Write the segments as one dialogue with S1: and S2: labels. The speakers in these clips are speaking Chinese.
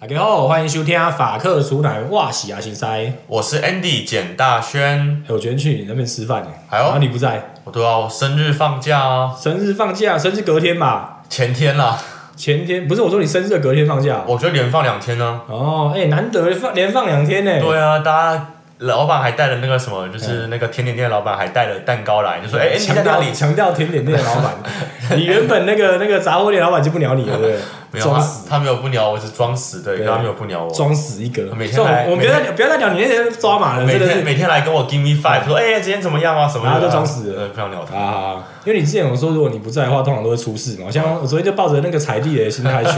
S1: 大家好，欢迎收听法克厨男哇喜啊心塞。哎、
S2: 我是 Andy 简大轩，
S1: 我昨天去你那边吃饭哎、
S2: 哎呦
S1: 然后你不在，
S2: 我对啊，我生日放假啊，
S1: 生日放假，生日隔天吧，
S2: 前天啦，
S1: 前天不是我说你生日的隔天放假
S2: 我就连放两天呢、
S1: 哦，哎、难得放连放两天呢、
S2: 对啊，大家老板还带了那个什么，就是那个甜点店的老板还带了蛋糕来，就说哎、你
S1: 强
S2: 在哪
S1: 调
S2: 里？
S1: 强调甜点店的老 板，你原本那个那个杂货店老板就不鸟你了，对不 对？
S2: 没有啊
S1: 装
S2: 他
S1: 死，
S2: 他没有不鸟我，是装死对，
S1: 对
S2: 他没有不鸟我。
S1: 装死一个。
S2: 每天
S1: 算了
S2: 来
S1: 我们不要再不要再聊你那些抓马了，
S2: 每
S1: 真的
S2: 天
S1: 是
S2: 每天来跟我 give me five，说哎、今天怎么样啊什么的，
S1: 然后就装死
S2: 呃，不想鸟他。
S1: 啊，因为你之前有说，如果你不在的话，通常都会出事嘛。像我昨天就抱着那个踩地雷的心态去，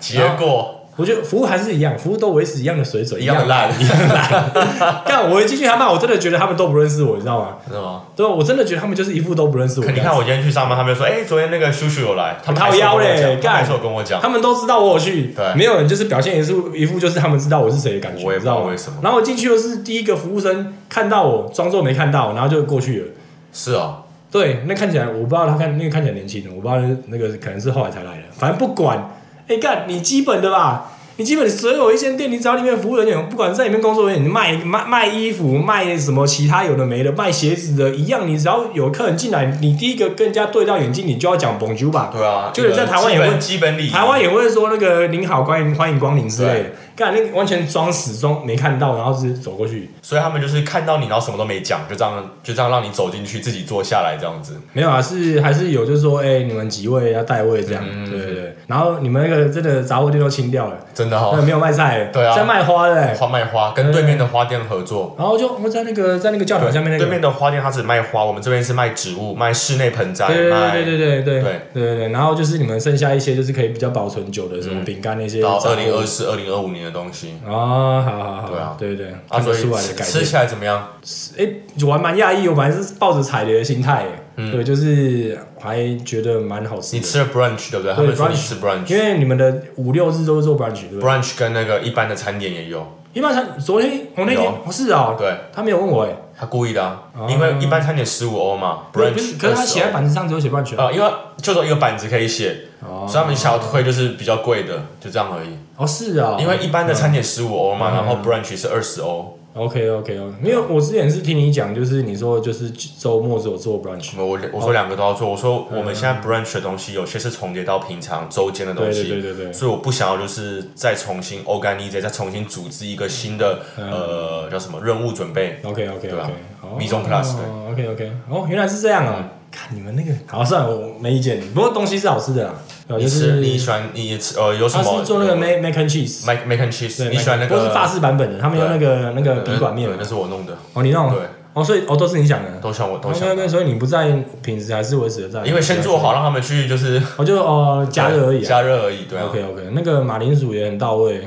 S2: 结果
S1: 我觉得服务还是一样，服务都维持一样的水准，
S2: 一样 的烂，
S1: 一样的烂。但我一进去他们，我真的觉得他们都不认识我，你知道吗？
S2: 是吗？
S1: 对吧？我真的觉得他们就是一副都不认识我
S2: 可
S1: 的
S2: 你
S1: 样
S2: 看
S1: 子。
S2: 我今天去上班，他们就说哎、昨天那个叔叔有来，他们
S1: 靠
S2: 还是有
S1: 腰
S2: 跟我
S1: 嘞
S2: 讲，他
S1: 干
S2: 们还是有跟我讲。
S1: 他们都知道我有去，
S2: 对
S1: 没有人就是表现一副一副就是他们知道我是谁的感觉，
S2: 我也
S1: 你知
S2: 不知道
S1: 道吗
S2: 为什么
S1: 然后我进去又是第一个服务生看到我，装作没看到，然后就过去了。
S2: 是哦，
S1: 对，那看起来我不知道他看那个看起来年轻的，我不知道那个可能是后来才来的，反正不管。哎、干，你基本的吧，你基本所有一间店，你只要里面服务人员，不管是在里面工作人员，你卖卖卖衣服、卖什么其他有的没的、卖鞋子的，一样，你只要有客人进来，你第一个跟人家对到眼睛，你就要讲 Bonjour 吧。
S2: 对啊，
S1: 就是在台湾也会
S2: 基本基本礼仪，啊
S1: 台湾也会说那个您好，欢迎欢迎光临之类的，干那个完全装死装没看到，然后直接走过去。
S2: 所以他们就是看到你，然后什么都没讲，就这样就这样让你走进去，自己坐下来这样子。
S1: 没有啊，是还是有，就是说，哎、你们几位要带位这样，
S2: 嗯
S1: 对对对。然后你们那个真的杂货店都清掉了，
S2: 真的哈、
S1: 对，
S2: 哦，
S1: 没有卖菜了，
S2: 对啊
S1: 在卖花的、欸。
S2: 花卖花跟对面的花店合作。
S1: 然后就我在那个在那个教堂下面那个，
S2: 对面的花店它只卖花，我们这边是卖植物，卖室内盆栽，
S1: 对
S2: 卖
S1: 对对对对对
S2: 对
S1: 对对对。然后就是你们剩下一些就是可以比较保存久的什么饼干那些杂
S2: 嗯到
S1: 货。
S2: 二零二四、二零二五年的东西。
S1: 哦，好好好，
S2: 对啊
S1: 对对，
S2: 啊，
S1: 看
S2: 所
S1: 得
S2: 以
S1: 出来的
S2: 吃
S1: 改
S2: 吃
S1: 变。
S2: 起来怎么样？
S1: 哎、我还蛮讶异，我本来是抱着踩雷的心态、欸，对，就是还觉得蛮好吃
S2: 嗯你
S1: 的。
S2: 吃了 brunch 对不对？他们说你
S1: brunch
S2: 吃
S1: 因
S2: brunch，brunch
S1: 为你们的五六日都是做 brunch 对不对？
S2: 跟那个一般的餐点也有，
S1: 一般餐昨天我那天
S2: 有
S1: 不是啊，
S2: 对
S1: 他没有问我哎、
S2: 他故意的啊
S1: 哦，
S2: 因为一般餐点十五欧嘛
S1: 不是不是
S2: ，brunch
S1: 可是他写在
S2: 20
S1: 板子上只有写半全
S2: 欧，呃，因为就只有一个板子可以写，所以
S1: 哦
S2: 他们想要推就是比较贵的，就这样而已。
S1: 哦嗯是啊，
S2: 因为一般的餐点十五欧嘛，然后 brunch 是二十欧。
S1: OK OK OK，因为我之前是听你讲，就是你说就是周末只有做 brunch，
S2: 我我说两个都要做，我说
S1: 嗯
S2: 我们现在 brunch 的东西有些是重叠到平常周间的东
S1: 对
S2: 西，
S1: 对对对对，
S2: 所以我不想要就是再重新 organize，再重新组织一个新的、
S1: 嗯
S2: 呃叫什么任务准备。
S1: OK OK
S2: 对
S1: OK，
S2: 啊
S1: 好
S2: Mizone Plus，
S1: OK OK，哦，原来是这样
S2: 嗯
S1: 啊！看你们那个，好，算了，我没意见。不过东西是好吃的啦，对啊
S2: 你
S1: 就
S2: 吃你
S1: 是
S2: 喜欢你吃呃有什
S1: 他
S2: 么？
S1: 是做那个 mac mac and cheese，
S2: mac mac and cheese，
S1: 对
S2: 你喜欢那
S1: mac- 都是法
S2: 个？呃
S1: 式版本的，他们用那个那个笔管面
S2: 对，那是我弄的，
S1: 哦，你弄
S2: 对，
S1: 哦，所以哦都是你想的，
S2: 都像我都
S1: OK
S2: 像
S1: OK，
S2: 我，
S1: 所以你不在品质还是维持的在，
S2: 因为先做好，让他们去就是
S1: 我就哦加热而已、啊。
S2: 加热而已，对啊。嗯
S1: OK OK，那个马铃薯也很到位，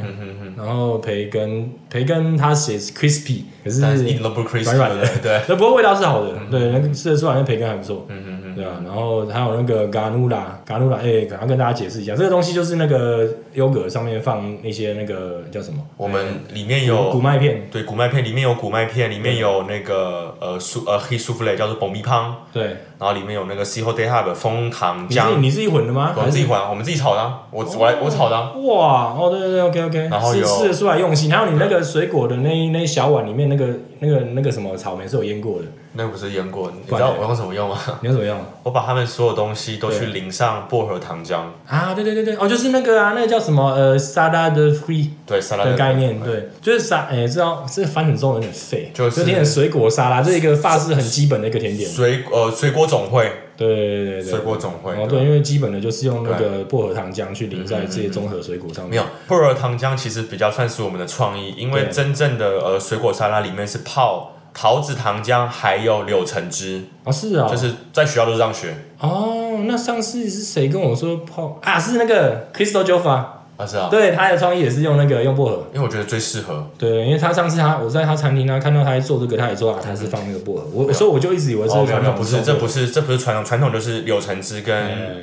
S1: 然后培根培根它写是 crispy，可是
S2: 但是一嗯点都不 crispy，
S1: 软软的
S2: 对，
S1: 那不过味道是好的，对，那个吃得出来那培根还不错，
S2: 嗯
S1: 对啊，然后还有那个 ganula ganula，哎，赶快跟大家解释一下，这个东西就是那个优格上面放一些那个叫什么
S2: 我们里面
S1: 谷
S2: 有
S1: 谷麦片，
S2: 对谷麦片，里面有谷麦片，里面有那个呃苏呃黑苏芙蕾，叫做爆米汤，
S1: 对，
S2: 然后里面有那个 C h o Day Hub 枫糖
S1: 你自己
S2: 浆，
S1: 你自己混的吗？
S2: 我
S1: 还
S2: 们自
S1: 是哦
S2: 己玩，我们自己炒的啊，我我来我炒的啊，
S1: 哇，哦，对对对，OK OK，
S2: 然后
S1: 是
S2: 有
S1: 吃得出来用心，还有你那个水果的那一那一小碗里面那个那个那个什么草莓是有腌过的，
S2: 那个不是腌过，你知
S1: 不然
S2: 道
S1: 嘞
S2: 我用什么用吗？
S1: 你要怎么用
S2: 我把他们所有东西都去
S1: 对
S2: 淋上薄荷糖浆，
S1: 啊？对对对对，哦，就是那个啊，那个叫什么呃沙拉的 free
S2: 对沙拉
S1: 的概念，对，就是沙，哎，知道这翻很重有点废，
S2: 就是
S1: 有点水果沙拉，这是一个法式很基本的一个甜点，
S2: 水呃水果总会，
S1: 对对对对
S2: 水
S1: 对。
S2: 果总会
S1: 哦，，对，因为基本的就是用那个薄荷糖浆去淋在这些综合水果上
S2: 没
S1: 面。
S2: 有薄荷糖浆其实比较算是我们的创意，因为
S1: 对
S2: 真正的呃水果沙拉里面是泡桃子糖浆还有柳橙汁，
S1: 哦，是啊
S2: 就，是在学校都这样学。
S1: 哦，那上次是谁跟我说泡啊？是那个 Crystal Jova，
S2: 啊是啊，
S1: 对，他的创意也是用那个用薄荷。
S2: 因为我觉得最适合，
S1: 对，因为他上次他我在他餐厅他看到他在做这个，他也做啊，他是放那个薄荷。我所以我就一直以为是
S2: 哦没有
S1: 传
S2: 没有
S1: 统
S2: 不是，这不
S1: 是
S2: 是这不是传统，传统就是柳橙汁
S1: 哎
S2: 跟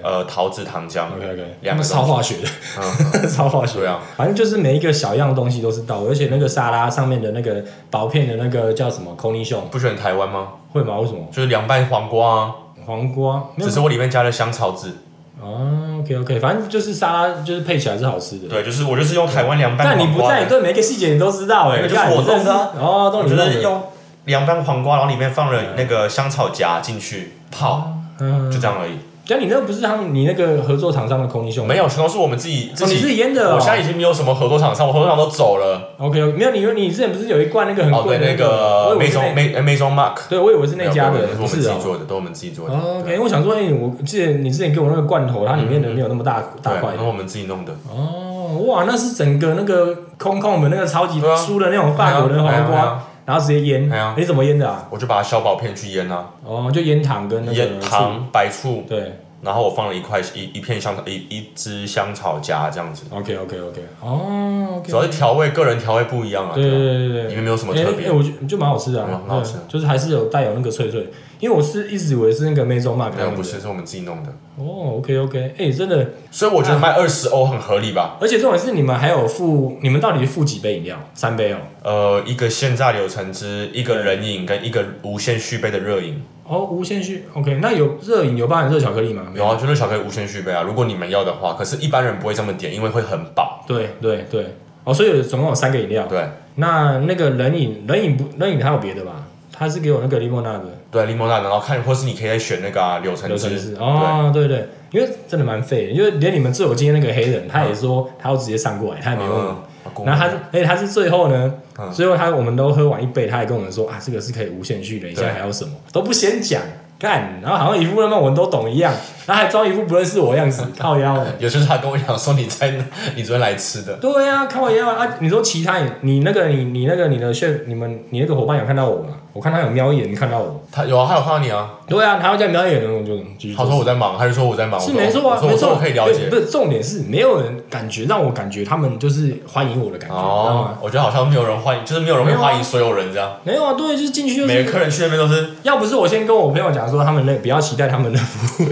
S2: 呃桃子糖浆，
S1: OK OK，
S2: 两个嗯
S1: 超化学的， 超 化学
S2: 对
S1: 的。
S2: 啊，
S1: 反正就是每一个小样东西都是到位，而且那个沙拉上面的那个薄片的那个叫什么 c o n i s h o n
S2: 不喜欢台湾吗？
S1: 会吗？为什么？
S2: 就是凉拌黄瓜啊，
S1: 黄瓜没有
S2: 只是我里面加了香草籽，
S1: 哦，OK OK，反正就是沙拉就是配起来是好吃的。
S2: 对，就是我就是用台湾凉拌
S1: 但你
S2: 黄
S1: 不
S2: 瓜，
S1: 在，你对每个细节你都知道哎、欸，
S2: 那就是
S1: 干
S2: 我
S1: 你真的
S2: 弄的啊
S1: 是哦，都
S2: 我
S1: 你
S2: 就
S1: 弄
S2: 是
S1: 的，
S2: 用凉拌黄瓜，然后里面放了那个香草夹进去泡，
S1: 嗯，
S2: 就这样而已。
S1: 但你那个不是他们，你那个合作厂商的空气胸
S2: 没有，全都是我们自己
S1: 哦，你自己腌的、哦。
S2: 我现在已经没有什么合作厂商，我合作厂都走了。
S1: OK，没有你，你之前不是有一罐那个很
S2: 哦，
S1: 贵
S2: 对，
S1: 的
S2: 那个哎
S1: 我以为
S2: 梅
S1: 是
S2: 中
S1: 那
S2: 梅梅中 Mark
S1: 对我以为是那家
S2: 没有
S1: 的，
S2: 没有
S1: 不
S2: 都是我们自
S1: 是
S2: 己
S1: 哦。
S2: 做的，都我们自己做的。
S1: 哦 OK，
S2: 对嗯
S1: 因为我想说，哎、我记得你之前给我那个罐头，它里面的没有那么大、大
S2: 对，
S1: 块
S2: 然。后我们自己弄的。
S1: 哦，哇，那是整个那个空空的那个超级
S2: 对啊
S1: 酥的那种法国的
S2: 哎呀
S1: 黄
S2: 哎
S1: 瓜
S2: 呀，
S1: 然后直接腌
S2: 哎呀。
S1: 你怎么腌的啊？
S2: 我就把它削薄片去腌啊，
S1: 哦，就腌糖跟那
S2: 腌
S1: 个醋。
S2: 糖、白醋，
S1: 对
S2: 然后我放了一块一一片香草一一支香草夹这样子，
S1: ，OK OK OK，哦，OK，
S2: 主要是调味，个人调味不一样啊。
S1: 对对
S2: 啊
S1: 对对对，
S2: 里面没有什么特别
S1: 哎哎我觉得就蛮好吃的、啊，
S2: 嗯蛮好吃的
S1: 对就是还是有带有那个脆脆，因为我是一直以为是那个 Maison Mark
S2: 没
S1: 他
S2: 有
S1: 们的
S2: 不是，是我们自己弄的，
S1: 哦，OK OK，哎、真的，
S2: 所以我觉得卖二十欧很合理吧。
S1: 而且重点是你们还有付，你们到底付几杯饮料？三杯哦，
S2: 呃，一个现榨柳橙汁，一个冷饮跟一个无限续杯的热饮，
S1: 哦，无限续，OK，那有热饮有包含热巧克力吗？
S2: 有啊，就是巧克力无限续杯啊。如果你们要的话，可是一般人不会这么点，因为会很饱。
S1: 对对对，哦，所以有总共有三个饮料，
S2: 对
S1: 那那个冷饮，冷饮不冷饮还有别的吧？它是给我那个 limonade
S2: 对，柠檬奶，然后看，或是你可以选那个啊柳橙
S1: 流程
S2: 汁
S1: 是，哦，对对，因为真的蛮废的，因为连你们最有经验那个黑人，他也说他要直接上过来，他也没问我。
S2: 嗯，
S1: 然后他是，而且他是最后呢，
S2: 嗯
S1: 最后他我们都喝完一杯，他还跟我们说啊，这个是可以无限续的，你现在还有什么都不先讲，干，然后好像一副他妈我们都懂一样，然后还装一副不认识我的样子， 靠腰的。
S2: 有就是他跟我讲说你在你昨天来吃的，
S1: 对啊，靠腰啊！啊你说其他你那个你你那个你的炫，你们你那个伙伴有看到我吗？我看他有瞄一眼，你看到我？
S2: 他有啊，他有看到你啊，
S1: 对啊，他要再瞄一眼的，我就继续
S2: 他
S1: 做
S2: 说我在忙，他就说我在忙，
S1: 是
S2: 我说
S1: 没错啊，
S2: 我说
S1: 没
S2: 我说
S1: 错，
S2: 我可以了解
S1: 不，是重点是没有人感觉让我感觉他们就是欢迎我的感觉，你知道
S2: 哦
S1: 吗？，
S2: 我觉得好像没有人欢迎，就是没有人会
S1: 没有啊
S2: 欢迎所有人这样，
S1: 没有啊，对，就是进去就是
S2: 每个客人去那边都是
S1: 要不是我先跟我朋友讲说他们那不要期待他们的服务，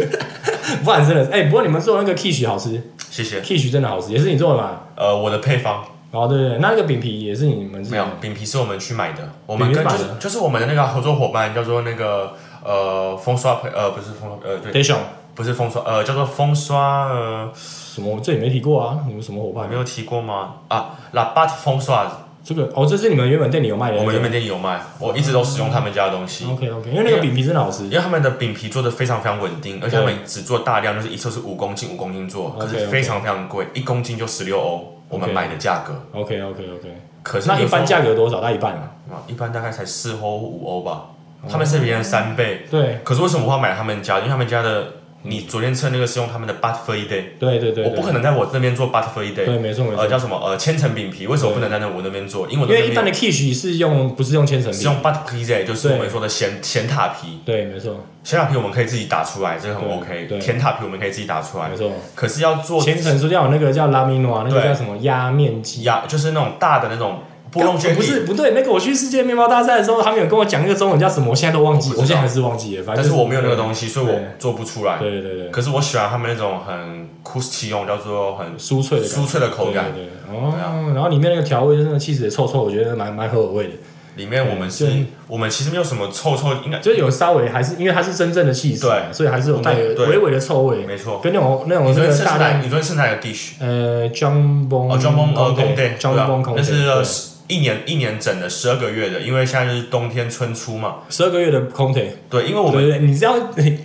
S1: 不然真的是哎、不过你们做的那个 quiche 好吃
S2: 谢谢，
S1: ，quiche 真的好吃，也是你做的吧？
S2: 呃，我的配方
S1: 哦，对对对，那那个饼皮也是你们自己
S2: 没有饼皮是我们去买的，我们
S1: 饼
S2: 跟
S1: 皮
S2: 就是
S1: 买
S2: 是就是我们的那个合作伙伴叫做那个呃风刷配呃不是风呃对
S1: d a s h
S2: 不是风刷呃叫做风刷呃
S1: 什么？我这里没提过啊，你们什么伙
S2: 我
S1: 伴
S2: 没？有提过吗啊拉巴特风刷，
S1: 这个哦，这是你们原本店里有卖的、那个
S2: 我们原本店里有卖，我一直都使用他们家的东西。
S1: OK OK，因为那个饼皮真的好吃
S2: 因。为他们的饼皮做的非常非常稳定，而且他们只做大量，就是一次是五公斤，五公斤做，可
S1: OK，OK
S2: 是非常非常贵，一公斤就十六欧，我们买的价格。
S1: OK OK OK，
S2: 可是
S1: 那一
S2: 有时候
S1: 般价格多少？大一半啊。
S2: 啊一般大概才四欧五欧吧，他
S1: 哦
S2: 们是别人三倍。
S1: 对
S2: 可是为什么我要买他们家？因为他们家的，你昨天吃的那个是用他们的 but for a day，
S1: 对对对，
S2: 我不可能在我这边做 but for a
S1: 对
S2: day，
S1: 对，没错没
S2: 呃
S1: 错，
S2: 叫什么呃千层饼皮，为什么不能在那我那边做？因为我
S1: 因
S2: 那
S1: 为一般
S2: 边
S1: 的 quiche 是用不是用千层
S2: 呃是
S1: 饼，
S2: 用 but for a day，就是
S1: 对
S2: 我们说的咸咸塔皮，
S1: 对，没错
S2: 咸塔皮我们可以自己打出来，这个很
S1: 对
S2: OK，
S1: 对
S2: 甜塔皮我们可以自己打出来
S1: 没。错。
S2: 可是要做
S1: 千层是叫那个叫拉米诺，那个
S2: 对
S1: 叫什么压面鸡。啊
S2: 呀，就是那种大的啊那种波浪卷，
S1: 不是，不对，那个我去世界面包大赛的时候，他们有跟我讲那个中文叫什么，我现在都忘记，
S2: 我
S1: 我
S2: 不知
S1: 现
S2: 道
S1: 在还是忘记了。反
S2: 但
S1: 正、
S2: 是我没有那个
S1: 西。
S2: 东西，所以我做不出来。
S1: 对对对对，
S2: 可是我喜欢他们那种很 c u s t 用，叫做很
S1: 酥脆的感
S2: 酥
S1: 觉
S2: 脆的口感。啊
S1: 对对对哦，然后里面那个调味真的气质臭臭，我觉得蛮蛮合我味的，
S2: 里面我们
S1: 对
S2: 是，我们其实没有什么臭臭，应该
S1: 就是有稍微还是因为它是真正的气质，
S2: 对
S1: 所以还是有带有
S2: 对
S1: 微微的臭味，
S2: 没错。
S1: 跟那种那种
S2: 你昨
S1: 那
S2: 天
S1: 个
S2: 吃
S1: 大
S2: 哪？
S1: 蛋
S2: 你昨天吃哪个 dish？
S1: 呃 j u m b o
S2: 哦，装崩呃宫殿，
S1: j u
S2: 对啊
S1: m b o
S2: 那是呃一年一年整的十二个月的，因为现在就是冬天春初嘛。
S1: 十二个月的空腿，
S2: 对，因为我们
S1: 对对，对你知道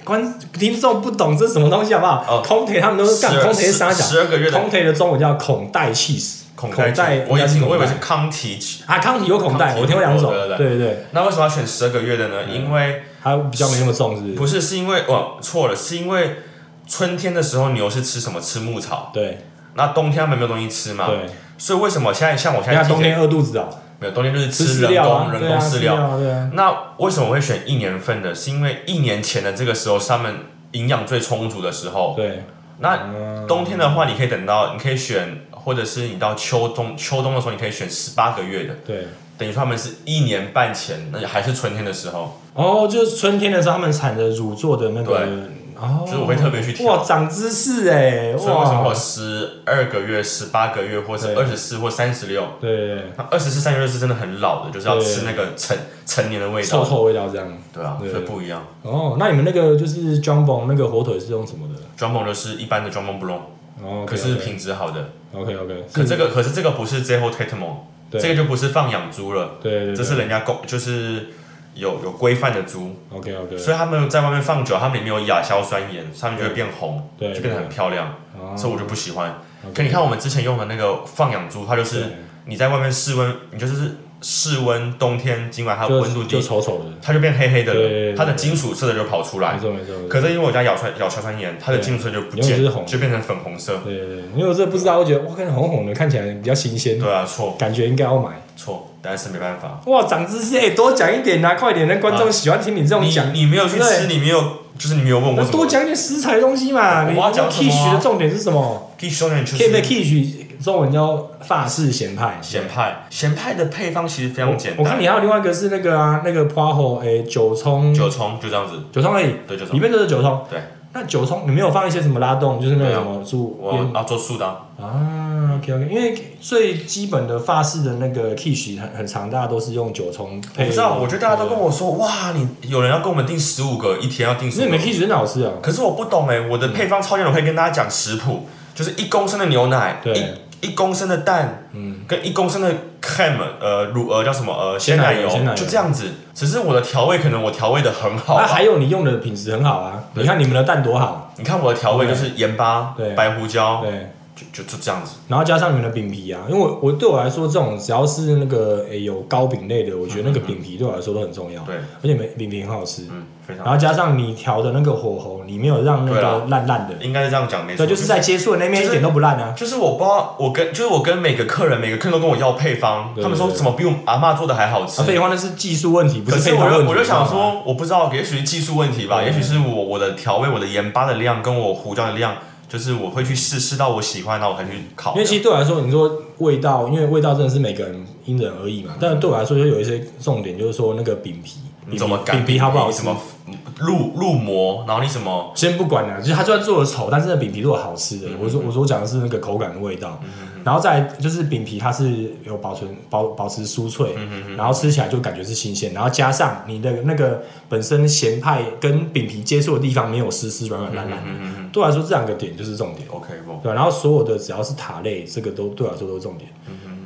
S1: 观听众不懂这是什么东西好不好？
S2: 哦
S1: 空腿他们都是干
S2: 12
S1: 空腿是啥讲？
S2: 12个月的
S1: 空腿的中文叫孔带 cheese，
S2: 孔
S1: 带
S2: 带，
S1: 应
S2: 我
S1: 该
S2: 也
S1: 是
S2: 听，
S1: 孔
S2: 我以为是
S1: 带
S2: 康提奇。
S1: 啊，康体有孔带，
S2: 康体
S1: 我听过两种，
S2: 对对
S1: 对对对，
S2: 那为什么要选十二个月的呢？
S1: 嗯
S2: 因为
S1: 它比较没那么重，是不
S2: 不
S1: 是？
S2: 是，是因为哦，错了，是因为春天的时候牛是吃什么？吃牧草。
S1: 对
S2: 那冬天它们没有东西吃嘛，
S1: 对，
S2: 所以为什么现在像我现
S1: 人
S2: 在
S1: 家
S2: 季节
S1: 冬天饿肚子哦，
S2: 没有冬天就是吃
S1: 饲
S2: 人
S1: 料
S2: 工、
S1: 啊，
S2: 人
S1: 对
S2: 工
S1: 啊，
S2: 饲
S1: 饲
S2: 料。
S1: 料，对啊，
S2: 那为什么我会选一年份的？是因为一年前的这个时候是它们营养最充足的时候。
S1: 对，
S2: 那
S1: 嗯
S2: 冬天的话，你可以等到，你可以选，或者是你到秋冬秋冬的时候，你可以选十八个月的，
S1: 对。
S2: 等于说它们是一年半前，那还是春天的时候。
S1: 哦，就是春天的时候，他们产的乳做的那个哦，
S2: 就是我会特别去挑
S1: 哇，长知识哎，
S2: 所以为什么我
S1: 哇，
S2: 十二个月、十八个月，或是
S1: 对
S2: 二十四或三十六？
S1: 对，
S2: 那二十四、三十六是真的很老的，就是要
S1: 对
S2: 吃那个成成年的味
S1: 臭
S2: 道。
S1: 臭味道这样。
S2: 对啊，
S1: 对
S2: 所以不一样。
S1: 哦，那你们那个就是 jumbo 那个火腿是用什么的？
S2: 专门就是一般的专门不弄，
S1: 哦，
S2: 可是品质好的。
S1: OK OK，
S2: 可这个可是这个不是 Zeho t e t m o
S1: 对
S2: 这个就不是放养猪了，
S1: 对对对，
S2: 这是人家公就是有有规范的猪，
S1: OK OK，
S2: 所以他们在外面放久，他们里面有亚硝酸盐，上面就会变红，
S1: 对
S2: 就变得很漂亮，
S1: 哦
S2: 所以我就不喜欢。
S1: OK
S2: 可你看我们之前用的那个放养猪，它就是
S1: 对
S2: 你在外面室温，你就是室温冬天，尽管它
S1: 就
S2: 温度
S1: 就
S2: 低，
S1: 丑丑的，
S2: 它就变黑黑的
S1: 对对
S2: 了，
S1: 对
S2: 它的金属色的就跑出
S1: 没
S2: 来。
S1: 错没错。没错
S2: 可是因为我家咬酸咬硝酸盐，它的
S1: 对
S2: 金属色就
S1: 永
S2: 不
S1: 远
S2: 见
S1: 就是红，
S2: 就变成粉红色。
S1: 对对对，因为我这不知道，我觉得哇，看着红红的，看起来比较新鲜，
S2: 对啊，错
S1: 感觉应该要买。
S2: 错，但是没办法，
S1: 哇，长知识哎，多讲一点啊，快点，那观众喜欢听你这种
S2: 你
S1: 讲，
S2: 你没有去
S1: 对
S2: 吃，你没有就是你没有问我
S1: 那
S2: 什
S1: 多
S2: 么。
S1: 讲一点食材的东西嘛。
S2: 我
S1: 你
S2: 要讲什
S1: key
S2: 么啊
S1: 取的重点是什么
S2: 可以说点就
S1: ？key 被
S2: 是
S1: key 取中文叫法式咸派，
S2: 咸派，咸派的配方其实非常简
S1: 我看
S2: 单
S1: 你，还有另外一个是那个啊，那个 p a h o 哎，九葱，
S2: 九葱就这样子，
S1: 九葱而已，
S2: 对，就这
S1: 里
S2: 样。
S1: 面就是九葱。
S2: 对，
S1: 那九葱你没有放一些什么拉动，就是那个
S2: 没有
S1: 什么猪
S2: 我要做素的啊，
S1: 啊，OK OK，因为最基本的法式的那个 quiche 很很常大家都是用九葱
S2: 我
S1: 配。
S2: 不知道，我觉得大家都跟我说，哇，你有人要跟我们订十五个，一天要订
S1: 因为
S2: 十
S1: 你
S2: 五
S1: 们
S2: 个。
S1: quiche 真的好吃啊，
S2: 可是我不懂哎，我的配方超简单，我可以跟大家讲食谱，就是一公升的牛奶，
S1: 嗯对
S2: 一一公升的蛋，
S1: 嗯，
S2: 跟一公升的 cream，呃，乳呃叫什么呃鲜
S1: 鲜奶
S2: 奶
S1: 油
S2: 油
S1: 鲜奶，油
S2: 就这样子。只是我的调味可能我调味的很好
S1: 那
S2: 啊，
S1: 还有你用的品质很好啊，
S2: 对
S1: 你看你们的蛋多好，
S2: 你看我的调味就是盐巴
S1: 对、
S2: 白胡椒，
S1: 对，
S2: 就就就这样子。
S1: 然后加上你们的饼皮啊，因为我我对我来说这种只要是那个诶有糕饼类的，我觉得那个饼皮对我来说都很重要，
S2: 嗯对，
S1: 而且你们饼皮很好吃，
S2: 嗯，非常
S1: 然。后加上你调的那个火候，你没有让那
S2: 对
S1: 个
S2: 啊
S1: 烂烂的，
S2: 应该是这样讲没错，
S1: 对，就是在接触的那面一
S2: 就是
S1: 点都不烂啊，
S2: 就是我不知道，我跟就是我跟每个客人，每个客人都跟我要配方，
S1: 对
S2: 他们说
S1: 对
S2: 怎么比我们阿嬷做的还好吃
S1: 啊，。废话那是技术问题，不
S2: 可
S1: 是
S2: 是
S1: 配
S2: 我
S1: 方问
S2: 就
S1: 题，
S2: 我就想
S1: 你知道吗。
S2: 说，我不知道，也许是技术问题吧，
S1: 对
S2: 也许是我我的调味、我的盐巴的量跟我胡椒的量，就是我会去试试到我喜欢，然后我才去烤
S1: 因。为其实对我来说，你说味道，因为味道真的是每个人因人而异嘛。但是对我来说，就有一些重点，就是说那个饼皮，饼
S2: 你
S1: 皮
S2: 怎么擀
S1: 饼皮好不好
S2: 你
S1: 吃
S2: 怎？么入入膜？然后你怎么？
S1: 先不管了、就是它就算做的丑，但是那饼皮如果好吃的，我说我说讲的是那个口感的味道，然后再来就是饼皮它是有保存保保持酥脆，然后吃起来就感觉是新鲜，然后加上你的那个本身咸派跟饼皮接触的地方没有湿湿软软烂
S2: 嗯
S1: 烂的，对我来说这两个点就是重点。
S2: OK 不？
S1: 对，然后所有的只要是塔类，这个都对我来说都是重点。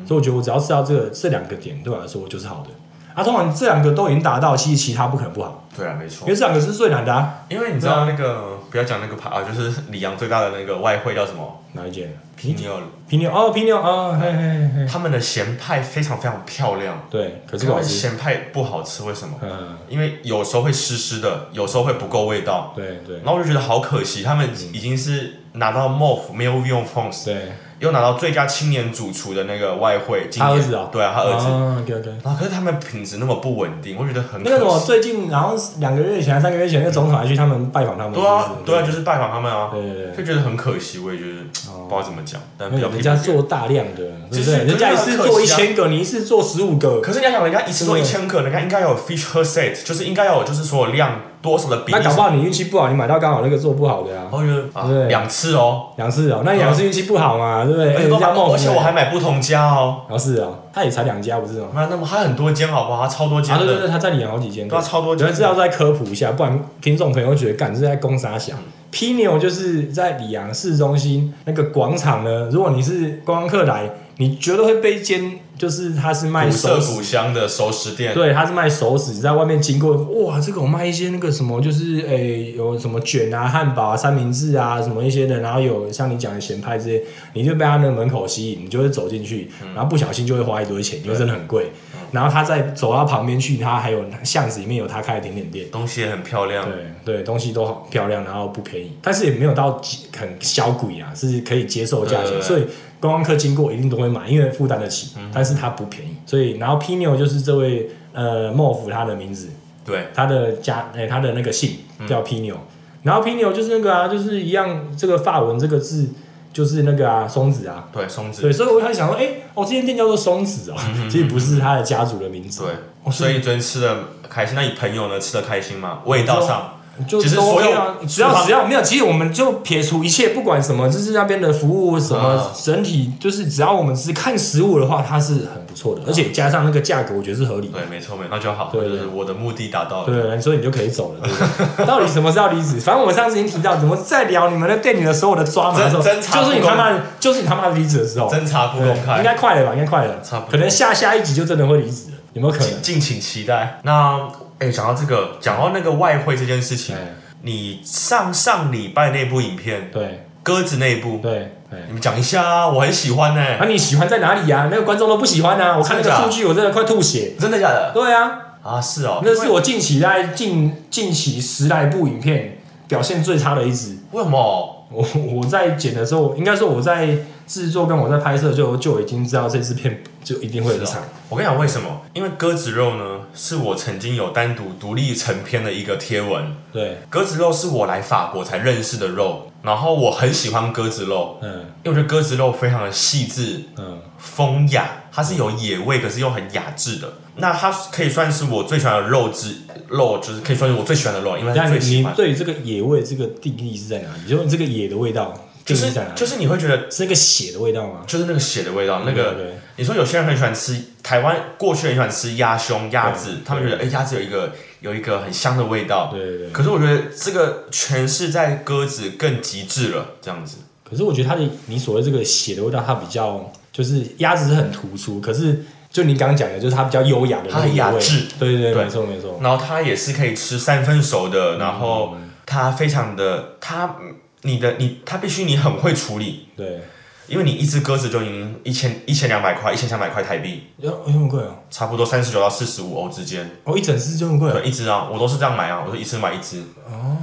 S1: 所以我觉得我只要吃到这个这两个点，对我来说就是好的。啊，通常这两个都已经达到，其实其他不可能不好，
S2: 对啊，没
S1: 因
S2: 错
S1: 为。这两个是最难的啊。
S2: 因为你知道那个不要讲那个牌啊，就是里昂最大的那个外汇叫什么？
S1: 哪一件？
S2: 皮尼奥，
S1: 皮牛哦，皮牛哦，嘿嘿嘿，
S2: 他们的咸派非常非常漂亮。
S1: 对，可是
S2: 他
S1: 不好
S2: 们
S1: 吃。
S2: 咸派不好吃，为什么？
S1: 嗯，
S2: 因为有时候会湿湿的，有时候会不够味道，
S1: 对对
S2: 然后我就觉得好可惜，他们已经是拿到 MOF m i l v i o n France，
S1: 对，
S2: 又拿到最佳青年主厨的那个外汇，今
S1: 他儿
S2: 年
S1: 子啊
S2: 对啊，他儿子，
S1: OK OK。
S2: 然后可是他们品质那么不稳定，我觉得很
S1: 那个什
S2: 可
S1: 么，
S2: 惜。
S1: 最近然后两个月前、三个月前，那个总统还去他们拜访他们，
S2: 对啊，对啊，就是是拜访他们啊，
S1: 对对对。
S2: 就觉得很可惜，我也觉得不知道怎么讲，但比较
S1: 人家
S2: 偏。
S1: 做大量的，对
S2: 就
S1: 不
S2: 是
S1: 对？人家一
S2: 可
S1: 次
S2: 是很
S1: 做一
S2: 可惜啊
S1: 千个，你一次做十五个，
S2: 可是你要想，人家一次做
S1: 对
S2: 一千个，人家应该要有 feature set，就是应该要有就是所有量多少的比例
S1: 那。搞不好你运气不好，你买到刚好那个做不好的啊
S2: 然，后就啊
S1: 对
S2: 两次哦，
S1: 杨氏哦，那杨氏运气不好嘛，对不对？
S2: 而
S1: 哎
S2: 且
S1: 人
S2: 都
S1: 家
S2: 买
S1: 冒
S2: 而且我还买不同家哦。
S1: 杨氏哦，他也才两家不是吗？
S2: 那那么还很多间好不好？它超多间
S1: 啊，对对
S2: 的，
S1: 对，他在里面好几间，
S2: 对啊，超多
S1: 我觉
S2: 间
S1: 得
S2: 的。
S1: 这要再科普一下，不然听众朋友觉得干这是在攻杀小
S2: 嗯。
S1: 批牛就是在里昂市中心那个广场呢，如果你是观光客来，你绝对会被一间就是他是卖
S2: 古色
S1: 手指，
S2: 古香的熟食店，
S1: 对，他是卖手指，在外面经过，哇，这个我卖一些那个什么，就是诶、有什么卷啊、汉堡啊、三明治啊什么一些的，然后有像你讲的咸派这些，你就被他那个门口吸引，你就会走进去，然后不小心就会花一堆钱，因为真的很贵。然后他再走到旁边去，他还有巷子里面有他开的甜点店。
S2: 东西也很漂亮。
S1: 对对，东西都好漂亮，然后不便宜，但是也没有到极很小贵啊，是可以接受的价钱，
S2: 对对对嗯
S1: 所以观光客经过一定都会买，因为负担得起，但是它不便宜。所以，然后 Pino 就是这位呃莫夫他的名字，
S2: 对，
S1: 他的家哎、他的那个姓
S2: 嗯
S1: 叫 Pino，、然后 Pino 就是那个啊，就是一样这个法文这个字就是那个啊松子啊。
S2: 对，松子，
S1: 对，所以我一开始想说，哎、哦，这间店叫做松子啊、
S2: 嗯
S1: 其实不是他的家族的名字。
S2: 对
S1: 哦，
S2: 所以昨天吃的开心。那你朋友呢？吃的开心吗？味道上，
S1: 就
S2: 其实
S1: 都
S2: 所有
S1: OK 啊只要
S2: 厨
S1: 只要没有，其实我们就撇除一切，不管什么，就是那边的服务什么
S2: 嗯
S1: 整体，就是只要我们是看食物的话，它是很不错的，而且加上那个价格，我觉得是合理的。
S2: 对，没错，没错，那就好，
S1: 对
S2: 就是我的目的达到了。
S1: 对，所以你就可以走了。对不对 到底什么时候离职？反正我们上次已经提到，怎么在聊你们的店里的所有的抓马的时候，
S2: 侦侦查不
S1: 就是你他妈的，就是你他妈的离职的时候，
S2: 侦查不公
S1: 对应
S2: 开，
S1: 该快了吧？应该快了，
S2: 差不多
S1: 可能下下一集就真的会离职了，有没有可能
S2: 敬？敬请期待。那哎，讲到这个，讲到那个外汇这件事情，
S1: 哎
S2: 你上上礼拜那部影片《
S1: 对
S2: 鸽子》那一部，
S1: 对，哎，
S2: 你们讲一下啊，我很喜欢呢、
S1: 啊，你喜欢在哪里呀、那个观众都不喜欢啊！我看那个
S2: 真的假
S1: 数
S2: 的
S1: 据，我真的快吐血。
S2: 真的假的？
S1: 对啊，
S2: 啊，是哦，
S1: 那是
S2: 因为
S1: 我近期来近近期十来部影片表现最差的一支。
S2: 为什么？
S1: 我我在剪的时候，应该说我在制作跟我在拍摄就就已经知道这支片就一定会有
S2: 是
S1: 差
S2: 哦。我跟你讲为什么？因为鸽子肉呢，是我曾经有单独独立成篇的一个贴文。
S1: 对，
S2: 鸽子肉是我来法国才认识的肉，然后我很喜欢鸽子肉，
S1: 嗯
S2: 因为我觉得鸽子肉非常的细致、
S1: 嗯，
S2: 风雅，它是有野味，可是又很雅致的。那它可以算是我最喜欢的肉质，肉就是可以算是我最喜欢的肉，因为它
S1: 那
S2: 是最
S1: 你
S2: 喜
S1: 你
S2: 欢。
S1: 对于这个野味这个定义是在哪里？就是你这个野的味道
S2: 就
S1: 定
S2: 是
S1: 义在哪里？
S2: 就是你会觉得
S1: 是那个血的味道吗？
S2: 就是那个血的味道，那
S1: 对对
S2: 个
S1: 对
S2: 你说有些人很喜欢吃，台湾过去很喜欢吃鸭胸、鸭子
S1: 对，
S2: 他们觉得哎鸭子有一个有一个很香的味道，
S1: 对对对。
S2: 可是我觉得这个诠释在鸽子更极致了，这样子。
S1: 可是我觉得它的你所谓这个血的味道，它比较就是鸭子是很突出，可是就你刚刚讲的，就是它比较优雅的那
S2: 它
S1: 个
S2: 很
S1: 野
S2: 雅
S1: 味
S2: 致。
S1: 对对对，
S2: 对
S1: 没错没错。
S2: 然后它也是可以吃三分熟的，然后
S1: 嗯
S2: 它非常的它你的你它必须你很会处理，
S1: 对，
S2: 因为你一只鸽子就已经一千一千两百块一千三百块台币，
S1: 要哎那么贵哦，
S2: 差不多三十九到四十五欧之间，
S1: 哦一整只就那么贵哦。
S2: 对，一只啊，我都是这样买啊，我是一次买一只。
S1: 哦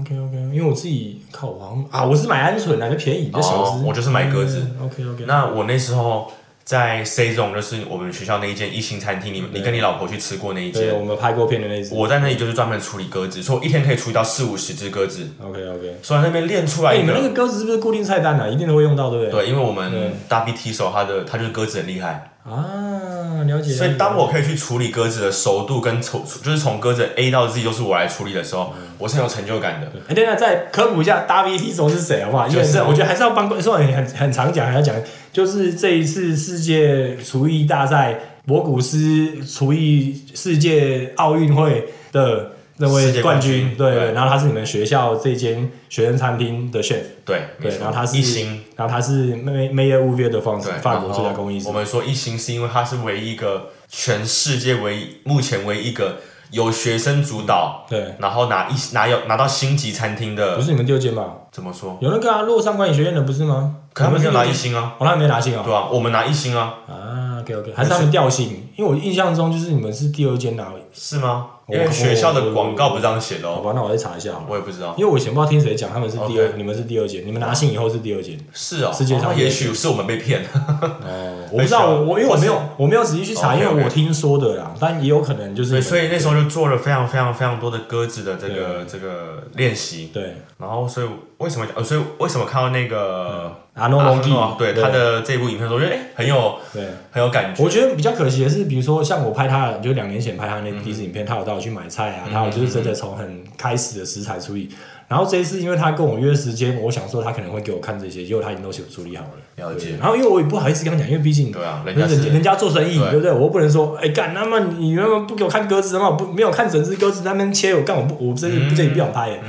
S1: ，OK OK，因为我自己靠我好像啊，我是买鹌鹑啊，就便宜，比较小
S2: 哦
S1: 只。嗯
S2: 我就是买鸽子
S1: OK OK，
S2: 那我那时候在 C 总，就是我们学校那一间一星餐厅，你你跟你老婆去吃过那一
S1: 对，
S2: 间，
S1: 我们拍过片的那只。
S2: 我在那里就是专门处理鸽子，所以我一天可以处理到四五十只鸽子，
S1: OK OK，
S2: 所以那边练出来
S1: 哎，
S2: 一
S1: 你们
S2: 个。
S1: 那个鸽子是不是固定菜单啊？一定都会用到，对不对？
S2: 对，因为我们大 B T 手，他的他就是鸽子很厉害，
S1: 啊，了解。
S2: 所以
S1: 了
S2: 当
S1: 解
S2: 我可以去处理鸽子的熟度跟丑，就是从鸽子 A 到 Z 都是我来处理的时候，
S1: 嗯
S2: 我是很有成就感的。
S1: 哎，等等，再科普一下大 VT 手是谁好不好？因为
S2: 就是
S1: 这我觉得还是要帮观众很很很常讲，还要讲，就是这一次世界厨艺大赛，博古斯厨艺世界奥运会的那
S2: 世
S1: 位
S2: 界
S1: 冠
S2: 冠
S1: 军，
S2: 军
S1: 对对。
S2: 对
S1: 然后他是你们学校这间学生餐厅的 chef，
S2: 对，没
S1: 对。
S2: 错
S1: 然后他是
S2: 一星，，
S1: 然后他是 May Mayer u v i e 的法
S2: 对，
S1: 法
S2: 然
S1: 国
S2: 后
S1: 最佳工艺师
S2: 我。们说一星是因为他是唯一一个全世界唯一目前唯一一个由学生主导，
S1: 对，
S2: 然后拿一拿有拿到星级餐厅
S1: 不
S2: 的
S1: 是你们第二间吧？
S2: 怎么说？
S1: 有那个啊，洛杉管理学院的不是吗？
S2: 可他们没有拿
S1: 你
S2: 一
S1: 是
S2: 星啊，
S1: 哦，他们没拿星啊。
S2: 对啊，我们拿一星啊，
S1: 啊，OK OK，还是他们调性，因为我印象中就是你们是第二间拿，
S2: 是吗？
S1: 我
S2: 因为学校的广告不是这样写的
S1: 好
S2: 哦，
S1: 吧，那我再查一下好了，
S2: 我也不知道。
S1: 因为我以前不知道听谁讲，他们是第二
S2: OK
S1: 你们是第二间，你们拿信以后是第二间，
S2: 是哦，
S1: 世界上
S2: 哦那也许是我们被 骗了。
S1: 哦，我不知道，我我因为我没有我没有仔细去查，因
S2: OK，OK
S1: 为我听说的啦，但也有可能就是你
S2: 对，
S1: 们
S2: 所以那时候就做了非常非常非常多的鸽子的这
S1: 对
S2: 个这个练习，
S1: 对
S2: 然后所以为什么呃，所以为什么看到那个
S1: 阿诺蒙蒂
S2: 阿啊诺，对他的这部影片的时候，我觉得哎很有
S1: 对。
S2: 很有感觉。
S1: 我觉得比较可惜的是，比如说像我拍他的，就两年前拍他那
S2: 嗯
S1: 第一支影片，他有带我去买菜啊，他有就是真的从很开始的食材处理。然后这一次，因为他跟我约时间，我想说他可能会给我看这些，结果他已经都处理好了。
S2: 了解，
S1: 然后因为我也不好意思跟他讲，因为毕竟
S2: 对啊，人家
S1: 人家
S2: 是
S1: 人家做生意，
S2: 对
S1: 对不对？我又不能说，哎干，那么你那么不给我看鸽子，那我不没有看整只鸽子在那边切，我干我不我这里
S2: 嗯
S1: 这里不想拍耶，